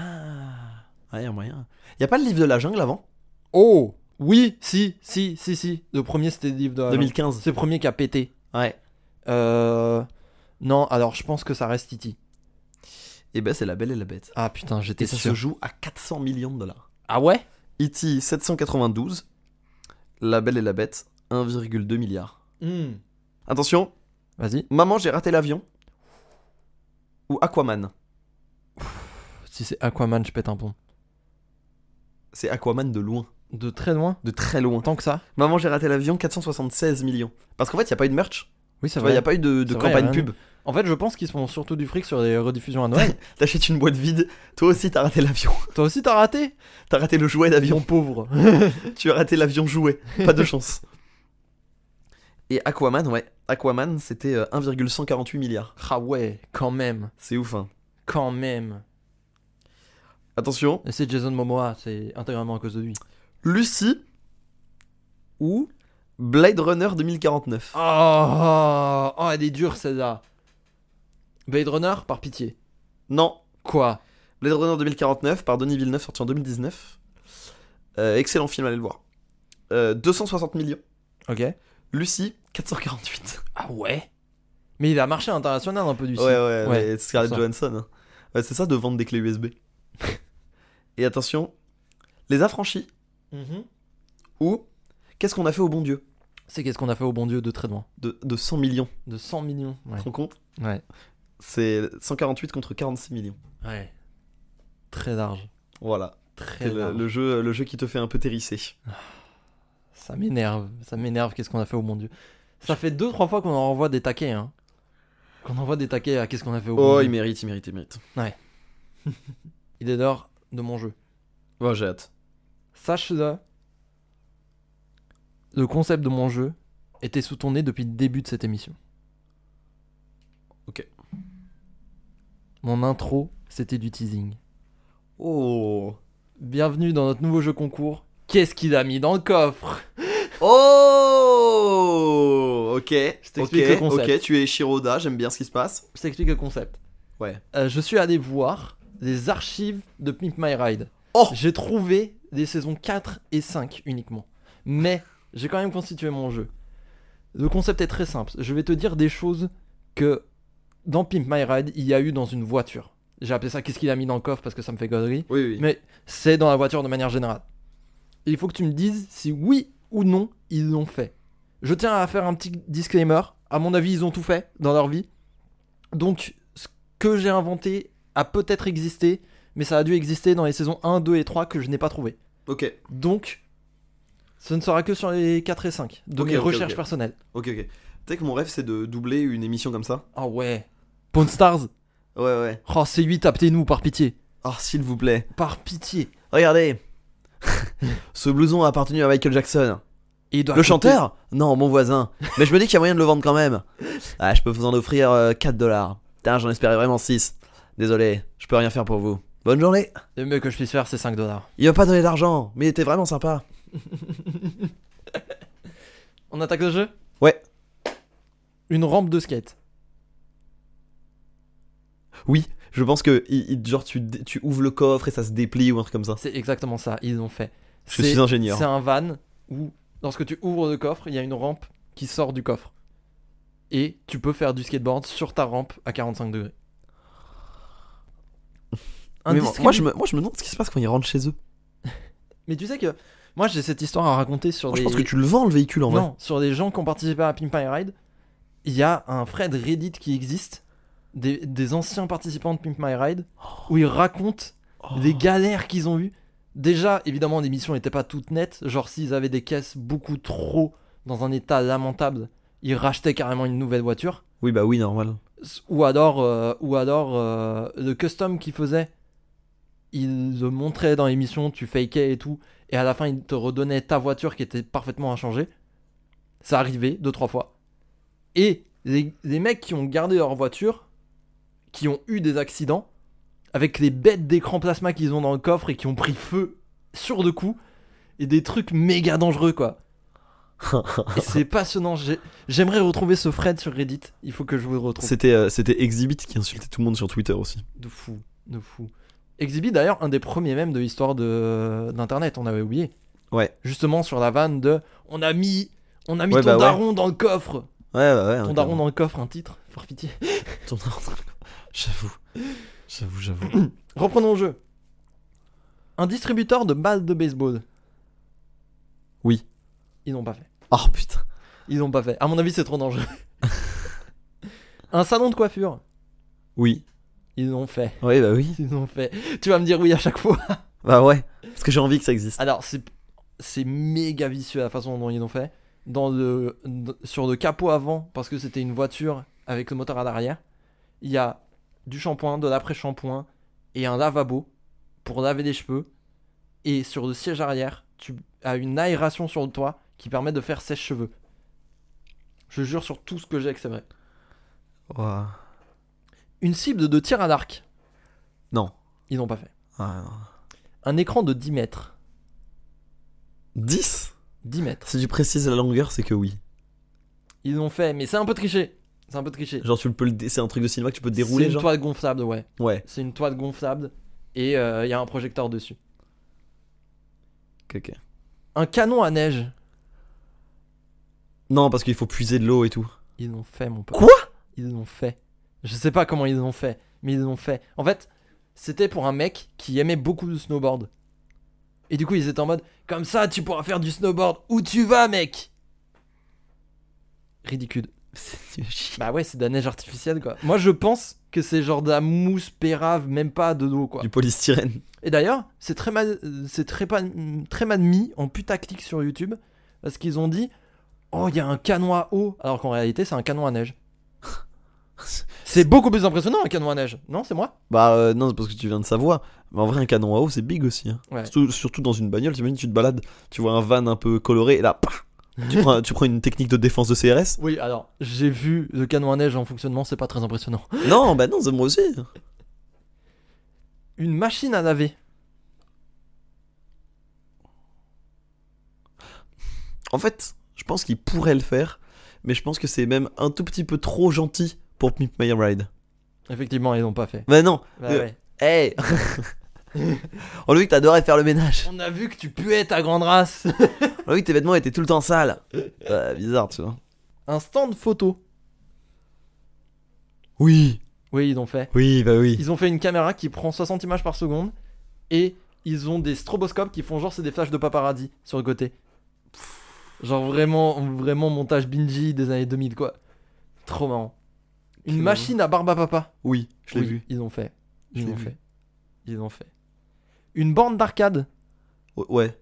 Ouais, y a moyen. Y a pas le livre de la jungle avant Oh oui, si, si, si, si. Le premier c'était le livre de 2015. C'est le premier qui a pété. Ouais. Euh... Non, alors je pense que ça reste Titi. Et ben, c'est La Belle et la Bête. Ah putain, j'étais Et ça sûr. se joue à 400 millions de dollars. E Ah ouais E.T. 792, La Belle et la Bête 1,2 milliard. Attention, Hmm. Vas-y. Maman j'ai raté l'avion ou Aquaman. Si c'est Aquaman, je pète un pont. C'est Aquaman de loin, De très loin de très loin. Tant que ça Maman j'ai raté l'avion 476 millions. Parce qu'en fait il y a pas eu de merch, Oui, ça il va. y a pas eu de, de C'est vrai, y a campagne rien. pub. En fait, je pense qu'ils se font surtout du fric sur les rediffusions à [laughs] Noël. [laughs] T'achètes une boîte vide, toi aussi t'as raté l'avion, [laughs] Toi aussi, t'as raté t'as raté le jouet d'avion, Mon pauvre. [laughs] tu as raté l'avion jouet, pas de chance. Et Aquaman, ouais, Aquaman c'était euh, 1,148 milliards. ah ouais, quand même. C'est ouf hein. Quand même. Attention, Et c'est Jason Momoa, c'est intégralement à cause de lui. Lucie ou Blade Runner 2049. Oh, oh elle est dure celle-là. Blade Runner, par pitié. Non, Quoi Blade Runner 2049 par Denis Villeneuve, sorti en 2019. Euh, excellent film, allez le voir. Euh, 260 millions. Ok. Lucie, 448. Ah ouais Mais il a marché international un peu du Ouais, ouais, Ouais, mais Scarlett ça. Johansson. hein. Ouais, c'est ça de vendre des clés [laughs] USB. Et attention, Les Affranchis Mhm. ou Qu'est-ce qu'on a fait au bon Dieu C'est qu'est-ce qu'on a fait au bon Dieu de très loin de, de 100 millions, De 100 millions. Ouais. tu te rends compte Ouais. C'est 148 contre 46 millions. Ouais. Très large. Voilà, Très c'est le, large. le jeu, le jeu qui te fait un peu terrisser. Ça m'énerve, ça m'énerve, qu'est-ce qu'on a fait au bon Dieu. Ça fait deux, trois fois qu'on en renvoie des taquets, hein. Qu'on envoie des taquets à qu'est-ce qu'on a fait au bon Oh, il Dieu. mérite, il mérite, il mérite. Il est dehors de mon jeu. Bon, Oh, j'ai hâte. Sache-le, le concept de mon jeu était sous ton nez depuis le début de cette émission. Ok. Mon intro, c'était du teasing. Oh Bienvenue dans notre nouveau jeu concours. Qu'est-ce qu'il a mis dans le coffre Oh Ok. Je t'explique le concept. Ok, tu es Shiroda, j'aime bien ce qui se passe. Je t'explique le concept. Ouais. Euh, je suis allé voir les archives de Pimp My Ride. Oh J'ai trouvé des saisons 4 et 5 uniquement. Mais j'ai quand même constitué mon jeu. Le concept est très simple. Je vais te dire des choses que dans Pimp My Ride, il y a eu dans une voiture. J'ai appelé ça qu'est-ce qu'il a mis dans le coffre parce que ça me fait gauderie. Oui, oui. Mais c'est dans la voiture de manière générale. Il faut que tu me dises si oui ou non, ils l'ont fait. Je tiens à faire un petit disclaimer. À mon avis, ils ont tout fait dans leur vie. Donc, ce que j'ai inventé a peut-être existé, mais ça a dû exister dans les saisons 1, 2 et 3 que je n'ai pas trouvé. Ok, Donc, ce ne sera que sur les 4 et 5 de Ok, mes ok, recherches ok. personnelles. ok, ok. Tu sais que mon rêve c'est de doubler une émission comme ça Ah ouais. Pawn Stars. Ouais, ouais. Oh, C8, appelez-nous par pitié. Oh, s'il vous plaît. Par pitié. Regardez [laughs] Ce blouson a appartenu à Michael Jackson. Et il doit Le coûter- chanteur Non, mon voisin. Mais je me dis qu'il y a moyen de le vendre quand même. Ah, je peux vous en offrir euh, 4 dollars. Putain, j'en espérais vraiment 6. Désolé, je peux rien faire pour vous. Bonne journée. Le mieux que je puisse faire, c'est 5 dollars. Il m'a pas donné d'argent, mais il était vraiment sympa. On attaque le jeu Ouais. Une rampe de skate. Oui, je pense que il- il- genre tu, dé- tu ouvres le coffre et ça se déplie ou un truc comme ça. C'est exactement ça, ils l'ont fait. Je C'est- suis ingénieur. C'est un van où, lorsque tu ouvres le coffre, il y a une rampe qui sort du coffre. Et tu peux faire du skateboard sur ta rampe à [laughs] 45 degrés. Un Mais bon, distribu- moi, je me, moi je me demande ce qui se passe quand ils rentrent chez eux. Mais tu sais que moi j'ai cette histoire à raconter sur Moi, des je pense que tu le vends le véhicule en vrai. non, sur des gens qui ont participé à Pimp My Ride. Il y a un thread Reddit qui existe des, des anciens participants de Pimp My Ride où ils racontent Oh. les galères qu'ils ont eues. Déjà, évidemment, l'émission n'était pas toute nette. Genre, s'ils avaient des caisses beaucoup trop dans un état lamentable, ils rachetaient carrément une nouvelle voiture. Oui, bah oui, normal. S- Ou alors, euh, ou alors euh, le custom qu'ils faisaient, ils le montraient dans l'émission, tu fakais et tout. Et à la fin, ils te redonnaient ta voiture qui était parfaitement inchangée. Ça arrivait deux, trois fois. Et les, les mecs qui ont gardé leur voiture, qui ont eu des accidents, avec les bêtes d'écran plasma qu'ils ont dans le coffre et qui ont pris feu sur le coup, et des trucs méga dangereux quoi. et c'est passionnant. j'ai- J'aimerais retrouver ce Fred sur Reddit. Il faut que je vous le retrouve. [laughs] C'était euh, c'était Exhibit qui insultait tout le monde sur Twitter aussi. De fou, de fou. Exhibit d'ailleurs un des premiers mêmes de l'histoire de d'internet. On avait oublié. Ouais. Justement sur la vanne de on a mis on a mis Ouais, ton bah ouais. daron dans le coffre. Ouais, bah ouais. Ton hein, daron dans le coffre, un titre. Par pitié. Ton daron dans le- [laughs] J'avoue. J'avoue, j'avoue. Reprenons le jeu. Un distributeur de balles de baseball. Oui. Ils n'ont pas fait. [coughs] Oh putain. Ils n'ont pas fait. À mon avis, c'est [laughs] trop dangereux. un salon de coiffure. Oui. Ils l'ont fait. Oui, bah oui. Ils l'ont fait. Tu vas me dire oui à chaque fois. Bah ouais, parce que j'ai envie que ça existe. Alors, c'est c'est méga vicieux la façon dont ils l'ont fait. Dans le, d- sur le capot avant, parce que c'était une voiture avec le moteur à l'arrière, il y a du shampoing, de l'après-shampoing et un lavabo pour laver les cheveux. Et sur le siège arrière, tu as une aération sur le toit qui permet de faire sèche-cheveux. Je jure sur tout ce que j'ai que c'est vrai. Une cible de tir à l'arc. Non. Ils n'ont pas fait. Ah, non. Un écran de 10 mètres. 10 10 mètres. Si tu précises la longueur, c'est que oui. Ils l'ont fait, mais c'est un peu triché. C'est un peu triché. Genre, tu peux le dé- c'est un truc de cinéma que tu peux C'est dérouler, une genre toile gonflable, ouais. Ouais. C'est une toile gonflable et euh, il y a un projecteur dessus. Ok, ok. Un canon à neige. Non, parce qu'il faut puiser de l'eau et tout. Ils l'ont fait, mon pote. Quoi Ils l'ont fait. Je sais pas comment ils l'ont fait, mais ils l'ont fait. En fait, c'était pour un mec qui aimait beaucoup le snowboard. Et du coup, ils étaient en mode Comme ça, tu pourras faire du snowboard où tu vas, mec Ridicule. C'est du chi- Bah ouais, c'est de la neige artificielle, quoi. Moi, je pense que c'est genre de la mousse pérave, même pas de l'eau, quoi. Du polystyrène. Et d'ailleurs, c'est très mal, euh, c'est très pas- très mal mis en putaclic sur YouTube parce qu'ils ont dit "Oh, il y a un canon à eau", alors qu'en réalité, c'est un canon à neige. c'est beaucoup plus impressionnant un canon à neige. Non, c'est moi. Bah euh, non, c'est parce que tu viens de savoir. Mais en vrai, un canon à eau, c'est big aussi. hein. Ouais. Surtout, surtout dans une bagnole, t'imagines, tu te balades, tu vois un van un peu coloré, et là, paf, tu, [laughs] prends, tu prends une technique de défense de CRS Oui, alors j'ai vu le canon à neige en fonctionnement, c'est pas très impressionnant. [laughs] Non, bah non, c'est moi aussi. Une machine à laver. En fait, je pense qu'il pourrait le faire, mais je pense que c'est même un tout petit peu trop gentil pour Pimp My Ride. Effectivement, ils l'ont pas fait. Bah non, Bah Euh, ouais. [laughs] Hey On a vu que t'adorais faire le ménage. On a vu que tu puais ta grande race. [laughs] On a vu que tes vêtements étaient tout le temps sales. Ouais, bizarre, tu vois. un stand photo. Oui, Oui, ils l'ont fait. oui, bah oui. Ils ont fait une caméra qui prend 60 images par seconde et ils ont des stroboscopes qui font genre c'est des flashs de paparazzi sur le côté. Genre vraiment, vraiment montage Binji des années 2000, quoi. Trop marrant. Une Quel machine à barbe à papa. Oui, je l'ai Oui, vu. Ils ont fait. Je Ils l'ai ont vu. fait. Ils ont fait. Une borne d'arcade. O- Ouais.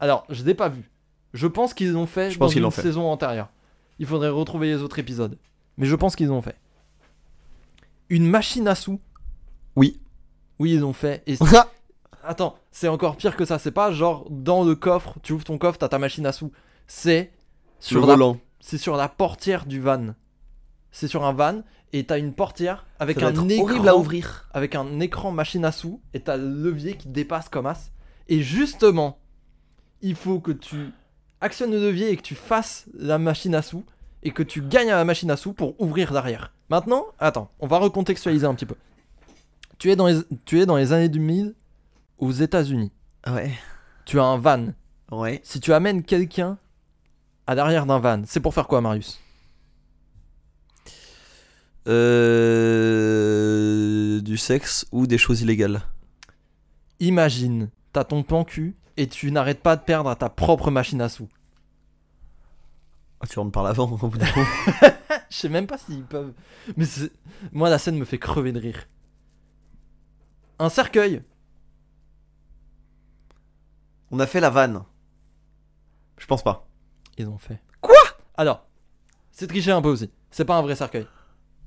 Alors, je l'ai pas vu. Je pense qu'ils ont fait Je pense dans qu'ils une l'ont fait. saison antérieure. Il faudrait retrouver les autres épisodes. Mais je pense qu'ils ont fait. Une machine à sous. Oui. Oui, ils ont fait. [laughs] Et c'est- Ah, Attends, c'est encore pire que ça. C'est pas genre dans le coffre, tu ouvres ton coffre, t'as ta machine à sous. C'est le sur, la... volant. c'est sur la portière du van. C'est sur un van et t'as une portière avec Ça doit un être écran horrible à ouvrir. avec un écran machine à sous et t'as le levier qui dépasse comme as. Et justement, il faut que tu actionnes le levier et que tu fasses la machine à sous et que tu gagnes à la machine à sous pour ouvrir derrière. Maintenant, attends, on va recontextualiser un petit peu. Tu es dans les, tu es dans les années 2000 aux États-Unis. Ouais. Tu as un van. Ouais. Si tu amènes quelqu'un à l'arrière d'un van, c'est pour faire quoi, Marius Euh, du sexe ou des choses illégales. Imagine, t'as ton plan cul et tu n'arrêtes pas de perdre à ta propre machine à sous. Ah, tu rentres par l'avant au bout d'un moment. Je sais même pas s'ils peuvent. Mais c'est- moi, la scène me fait crever de rire. Un cercueil. [laughs] On a fait la vanne. Je pense pas. Ils ont fait. Quoi Alors, c'est triché un peu aussi. C'est pas un vrai cercueil.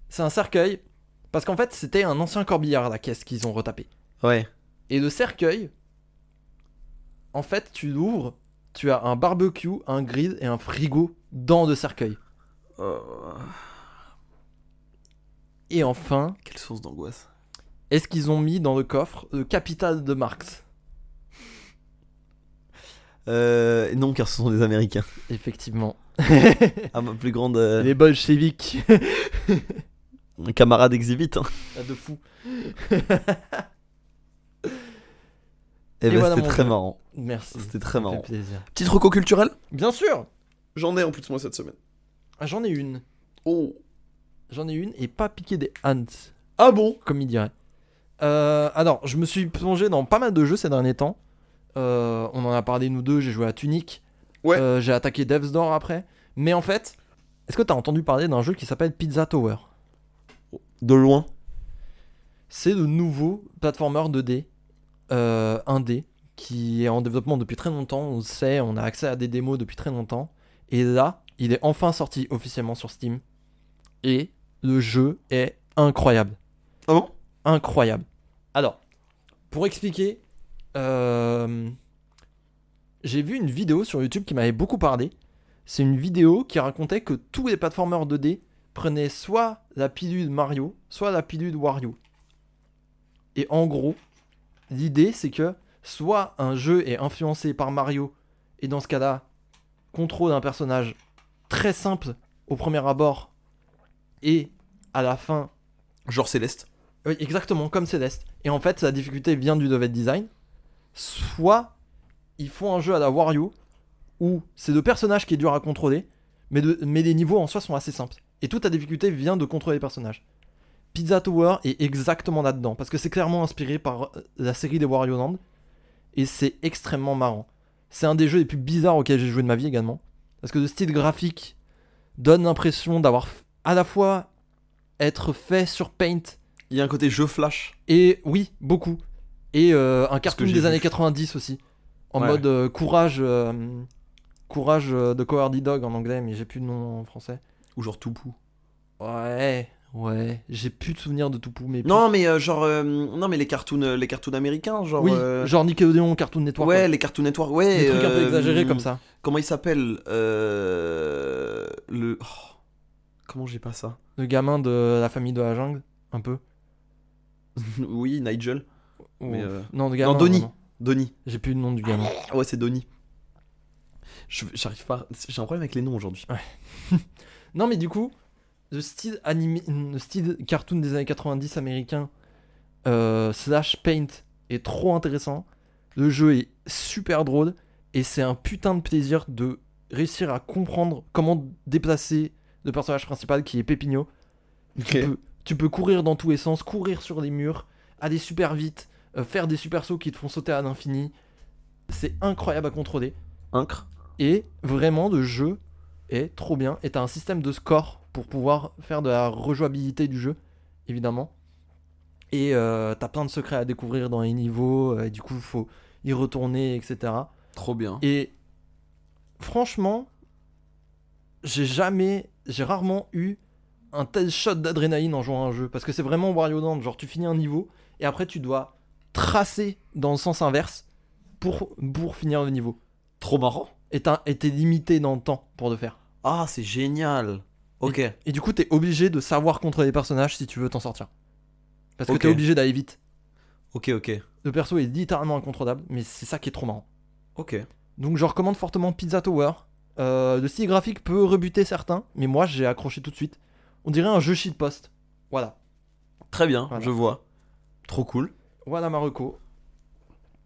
C'est un cercueil parce qu'en fait, c'était un ancien corbillard à la caisse qu'ils ont retapé. Ouais. Et le cercueil, en fait, tu l'ouvres, tu as un barbecue, un grill et un frigo dans le cercueil. Euh, Et enfin, Quelle source d'angoisse. est-ce qu'ils ont mis dans le coffre le capital de Marx Euh, non, car ce sont des [laughs] Américains. Effectivement. À ma plus grande euh, Les bolcheviks. camarade exhibit. hein. Ah, de fou. Eh Et ben, voilà c'était mon très jeu. marrant. Merci. C'était très marrant. Ça fait plaisir. Petite reco culturelle Bien sûr. J'en ai en plus moi cette semaine. Ah, J'en ai une. Oh. J'en ai une et pas piquer des hands, Ah bon comme il dirait. Euh, alors, je me suis plongé dans pas mal de jeux ces derniers temps. Euh, on en a parlé nous deux. J'ai joué à Tunic. Ouais. Euh, j'ai attaqué Dev's Door après. Mais en fait, est-ce que t'as entendu parler d'un jeu qui s'appelle Pizza Tower De loin. C'est le nouveau platformer 2D, euh, 1D, qui est en développement depuis très longtemps. On le sait, on a accès à des démos depuis très longtemps. Et là, il est enfin sorti officiellement sur Steam. Et le jeu est incroyable. Ah bon Incroyable. Alors, pour expliquer, euh, j'ai vu une vidéo sur YouTube qui m'avait beaucoup parlé. C'est une vidéo qui racontait que tous les platformers 2D prenaient soit la pilule Mario, soit la pilule Wario. Et en gros, l'idée c'est que soit un jeu est influencé par Mario, et dans ce cas-là, contrôle un personnage très simple au premier abord, et à la fin, Genre Céleste. oui, exactement comme Céleste. Et en fait, sa difficulté vient du level design. Soit ils font un jeu à la Wario, où c'est le personnage qui est dur à contrôler, mais, de- mais les niveaux en soi sont assez simples. Et toute la difficulté vient de contrôler les personnages. Pizza Tower est exactement là-dedans, parce que c'est clairement inspiré par euh, la série des Wario Land, et c'est extrêmement marrant. C'est un des jeux les plus bizarres auxquels j'ai joué de ma vie également, parce que le style graphique donne l'impression d'avoir f- à la fois être fait sur Paint, Il y a un côté jeu flash. et oui, beaucoup. Et euh, un que cartoon j'ai des vu. années 90 aussi. En Ouais. mode euh, courage. euh, courage euh, de Cowardy Dog en anglais, mais j'ai plus le nom en français. Ou genre Toupou. Ouais, ouais. J'ai plus de souvenirs de Toupou, mais. Non mais euh, genre euh, non mais les cartoons euh, les cartoons américains genre oui, euh, genre Nickelodeon, Cartoon Network. ouais quoi. les cartoons network ouais Des trucs un peu euh, exagérés comme ça. Comment il s'appelle euh, le oh, comment j'ai pas ça [laughs] Le gamin de la famille de la jungle, un peu. Oui, Nigel, Mais, Ou- euh, Non, le gamin. Donnie. vraiment. Donnie. J'ai plus le nom du gamin. Ah ouais, c'est Donnie. Je- J'arrive pas j'ai un problème avec les noms aujourd'hui. Non, mais du coup, le style animé, le style cartoon des années 90 américain euh, slash paint est trop intéressant. Le jeu est super drôle et c'est un putain de plaisir de réussir à comprendre comment déplacer le personnage principal qui est Pépigno. Tu, peux, tu peux courir dans tous les sens, courir sur les murs, aller super vite, euh, faire des super sauts qui te font sauter à l'infini. C'est incroyable à contrôler. [laughs] Incre. Et vraiment, le jeu est trop bien. Et t'as un système de score pour pouvoir faire de la rejouabilité du jeu, évidemment. Et euh, t'as plein de secrets à découvrir dans les niveaux, euh, et du coup, faut y retourner, etc. Trop bien. Et franchement, j'ai jamais, j'ai rarement eu un tel shot d'adrénaline en jouant à un jeu. Parce que c'est vraiment Wario Land, genre tu finis un niveau et après tu dois tracer dans le sens inverse pour, pour finir le niveau. Trop marrant. Et t'as- et t'es limité dans le temps pour le faire. Ah, c'est génial. Ok. Et du coup, t'es obligé de savoir contre les personnages si tu veux t'en sortir. Parce que Ok. t'es obligé d'aller vite. Ok, ok. Le perso est littéralement incontrôlable, mais c'est ça qui est trop marrant. Ok. Donc je recommande fortement Pizza Tower. Euh, le style graphique peut rebuter certains, mais moi j'ai accroché tout de suite. On dirait un jeu shitpost. Voilà. Très bien, Voilà. je vois. Trop cool. Voilà ma reco.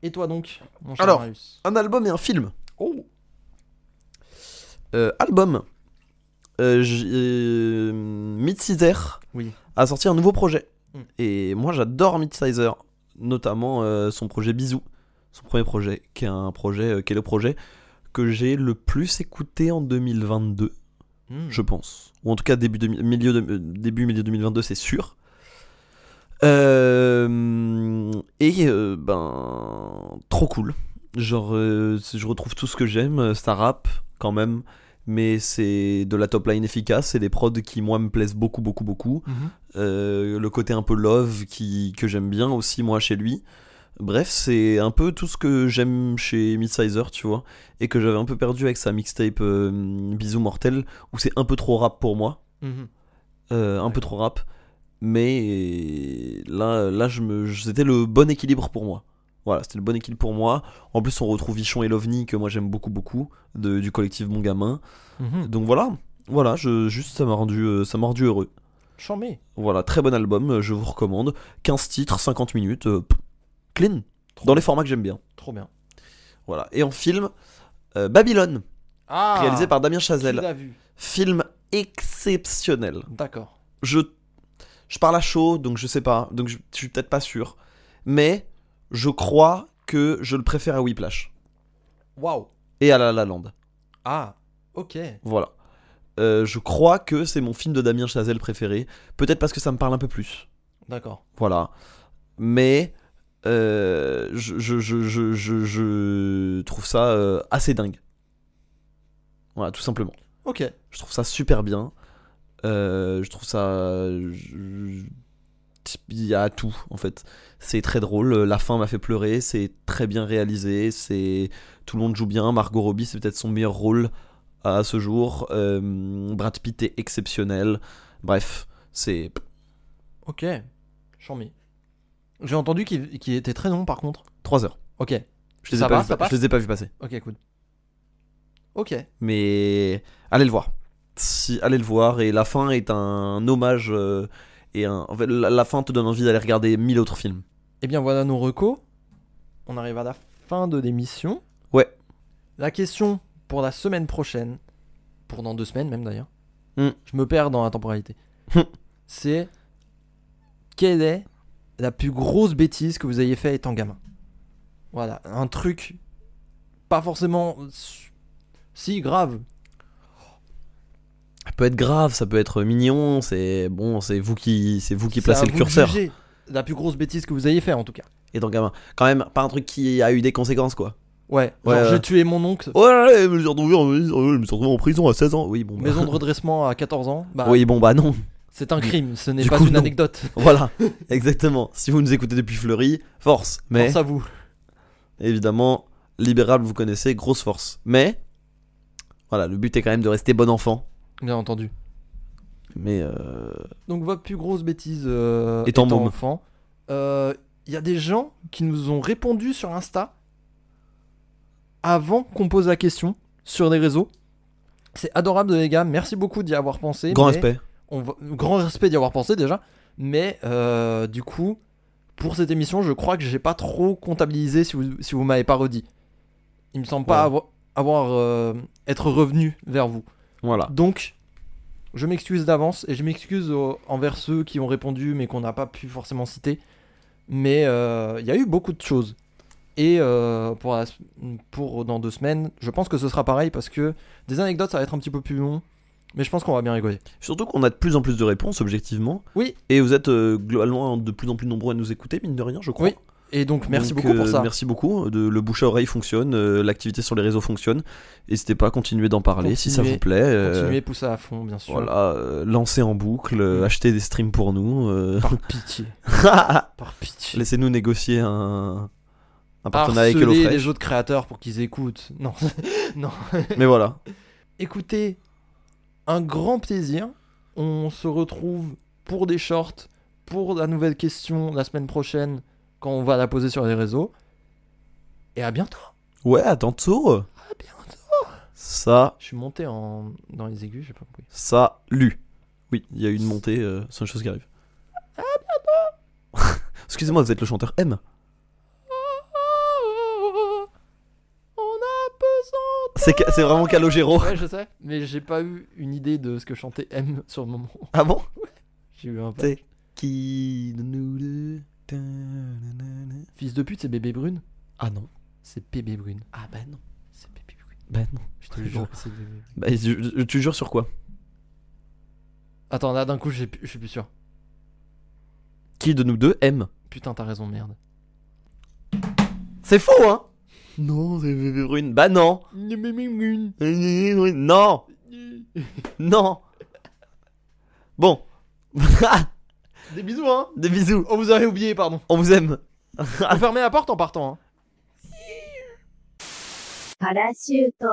Et toi donc, mon cher Alors. Marius Un album et un film. Oh Euh, album. Euh, j- euh, Midsizer Oui. a sorti un nouveau projet. Mm. Et moi j'adore Midsizer, notamment euh, son projet Bisous, son premier projet, qui est un projet, euh, qui est le projet que j'ai le plus écouté en 2022. Hmm. je pense. Ou en tout cas début, de- milieu, de- euh, début milieu 2022, c'est sûr. Euh, et euh, ben trop cool. Genre euh, c'est- je retrouve tout ce que j'aime, euh, ça rappe quand même, mais c'est de la top line efficace, c'est des prods qui moi me plaisent beaucoup beaucoup beaucoup. Mhm. Euh, le côté un peu love qui, que j'aime bien aussi moi chez lui. Bref, c'est un peu tout ce que j'aime chez Midsizer, tu vois, et que j'avais un peu perdu avec sa mixtape euh, Bisous Mortel, où c'est un peu trop rap pour moi, Mhm. euh, un peu trop rap, mais là, là je me, je- c'était le bon équilibre pour moi. Voilà, c'était le bon équilibre pour moi. En plus, on retrouve Vichon et Lovni, que moi j'aime beaucoup, beaucoup, de- du collectif Mon Gamin. Mhm. Donc voilà, voilà, je, juste ça m'a rendu, euh, ça m'a rendu heureux. Chambé. Voilà, très bon album, euh, je vous recommande. 15 titres, 50 minutes, euh, pff, clean, Trop dans bien. les formats que j'aime bien. Trop bien. Voilà. Et en film, euh, Babylone, Ah réalisé par Damien Tu Chazelle. l'as vu. Film exceptionnel. D'accord. Je, je parle à chaud, donc je sais pas, donc je, je suis peut-être pas sûr. Mais je crois que je le préfère à Whiplash Waouh. et à La La Land. Ah. Ok. Voilà. Euh, je crois que c'est mon film de Damien Chazelle préféré. Peut-être parce que ça me parle un peu plus. D'accord. Voilà. Mais euh, je, je, je, je, je- je trouve ça euh, assez dingue. Voilà, tout simplement. Ok. Je trouve ça super bien. Euh, je trouve ça. je- Il y a tout, en fait. C'est très drôle. La fin m'a fait pleurer. C'est très bien réalisé. C'est Tout le monde joue bien. Margot Robbie, c'est peut-être son meilleur rôle à ce jour. Euh, Brad Pitt est exceptionnel. Bref, c'est. Ok. Chambé. J'ai entendu qu'il qu'il était très long par contre. 3 heures. Ok. Je les, ai Ça pas va, vus ça pa- passe je les ai pas vus passer. Ok, cool. Ok. mais allez le voir. Si, allez le voir et la fin est un hommage euh, et un, en fait, la, la fin te donne envie d'aller regarder mille autres films. Eh bien voilà nos recos. On arrive à la fin de l'émission. Ouais. La question pour la semaine prochaine, pour dans deux semaines même d'ailleurs, Hmm. je me perds dans la temporalité, Hmm. [laughs] c'est quelle est la plus grosse bêtise que vous ayez fait étant gamin Voilà, un truc pas forcément s- si grave. Ça peut être grave, ça peut être mignon, c'est bon, c'est vous qui c'est vous qui C'est à placez le vous de curseur. juger. La plus grosse bêtise que vous ayez fait en tout cas. Et donc gamin, quand même pas un truc qui a eu des conséquences quoi. Ouais, Ouais, genre ouais. j'ai tué mon oncle, Oh là là, je me suis retrouvé en, euh, je me suis retrouvé en prison à 16 ans. Oui bon. bah. [laughs] maison de redressement à 14 ans. Bah, Oui bon bah non. [laughs] C'est un crime, ce n'est Du pas coup, une non. anecdote. voilà, exactement. Si vous nous écoutez depuis Fleury, force. Mais Force à vous. Évidemment, libérable, vous connaissez, grosse force. Mais, voilà, le but est quand même de rester bon enfant. Bien entendu. Mais, euh, Donc votre plus grosse bêtise euh, Étant môme. enfant, euh, il y a des gens qui nous ont répondu sur Insta avant qu'on pose la question sur les réseaux. C'est adorable les gars, merci beaucoup d'y avoir pensé. grand mais respect. on va- Grand respect d'y avoir pensé déjà, mais euh, du coup, pour cette émission, je crois que j'ai pas trop comptabilisé si vous, si vous m'avez pas redit. Il me semble pas Ouais. avoir, avoir, euh, être revenu vers vous. Voilà. Donc, je m'excuse d'avance et je m'excuse euh, envers ceux qui ont répondu mais qu'on n'a pas pu forcément citer. Mais euh, il y a eu beaucoup de choses. Et Et euh, pour, la s- pour dans deux semaines, je pense que ce sera pareil parce que des anecdotes, ça va être un petit peu plus long. Mais je pense qu'on va bien rigoler. Surtout qu'on a de plus en plus de réponses, objectivement. Oui. Et vous êtes euh, globalement de plus en plus nombreux à nous écouter, mine de rien, je crois. Oui. Et donc, merci Donc, beaucoup pour euh, ça. Merci beaucoup. De, le bouche à oreille fonctionne, euh, l'activité sur les réseaux fonctionne. N'hésitez pas à continuer d'en parler si ça Continuez. vous plaît. euh, Continuez, poussez à fond, bien sûr. Voilà, euh, lancez en boucle, euh, Mm. achetez des streams pour nous. euh, [laughs] [laughs] Par pitié. Par pitié. Laissez-nous négocier un, un partenariat avec Harceler HelloFresh. les autres créateurs pour qu'ils écoutent. Non. non. Mais voilà. Écoutez, un grand plaisir. On se retrouve pour des shorts, pour la nouvelle question la semaine prochaine quand on va la poser sur les réseaux. Et à bientôt. Ouais, à tantôt. À bientôt. Ça, Je suis monté en... dans les aigus, j'ai pas [laughs] compris. ça, lu. Oui, il y a une montée, euh, c'est une chose qui arrive. [laughs] Excusez-moi, vous êtes le chanteur M. On a besoin. C'est ca- c'est vraiment Calogero. Ouais, je sais, mais j'ai pas eu une idée de ce que chantait M [laughs] sur le moment. Ah bon J'ai eu un C'est qui de nous deux Ta-na-na-na. Fils de pute, c'est bébé brune Ah non. C'est bébé brune. Ah bah non. C'est bébé brune. Bah non. Je te jure que c'est bébé brune. Bah, je- je- tu jures sur quoi Attends, là d'un coup, j'ai pu- je suis plus sûr. Qui de nous deux aime Putain, t'as raison, merde. C'est faux, hein Non, c'est Bébé Brune. Bah non Non Non Bon. [laughs] Ah, Des bisous, hein Des bisous. Oh, vous avez oublié, pardon. On vous aime. On fermait la porte en partant, hein. パラシュート。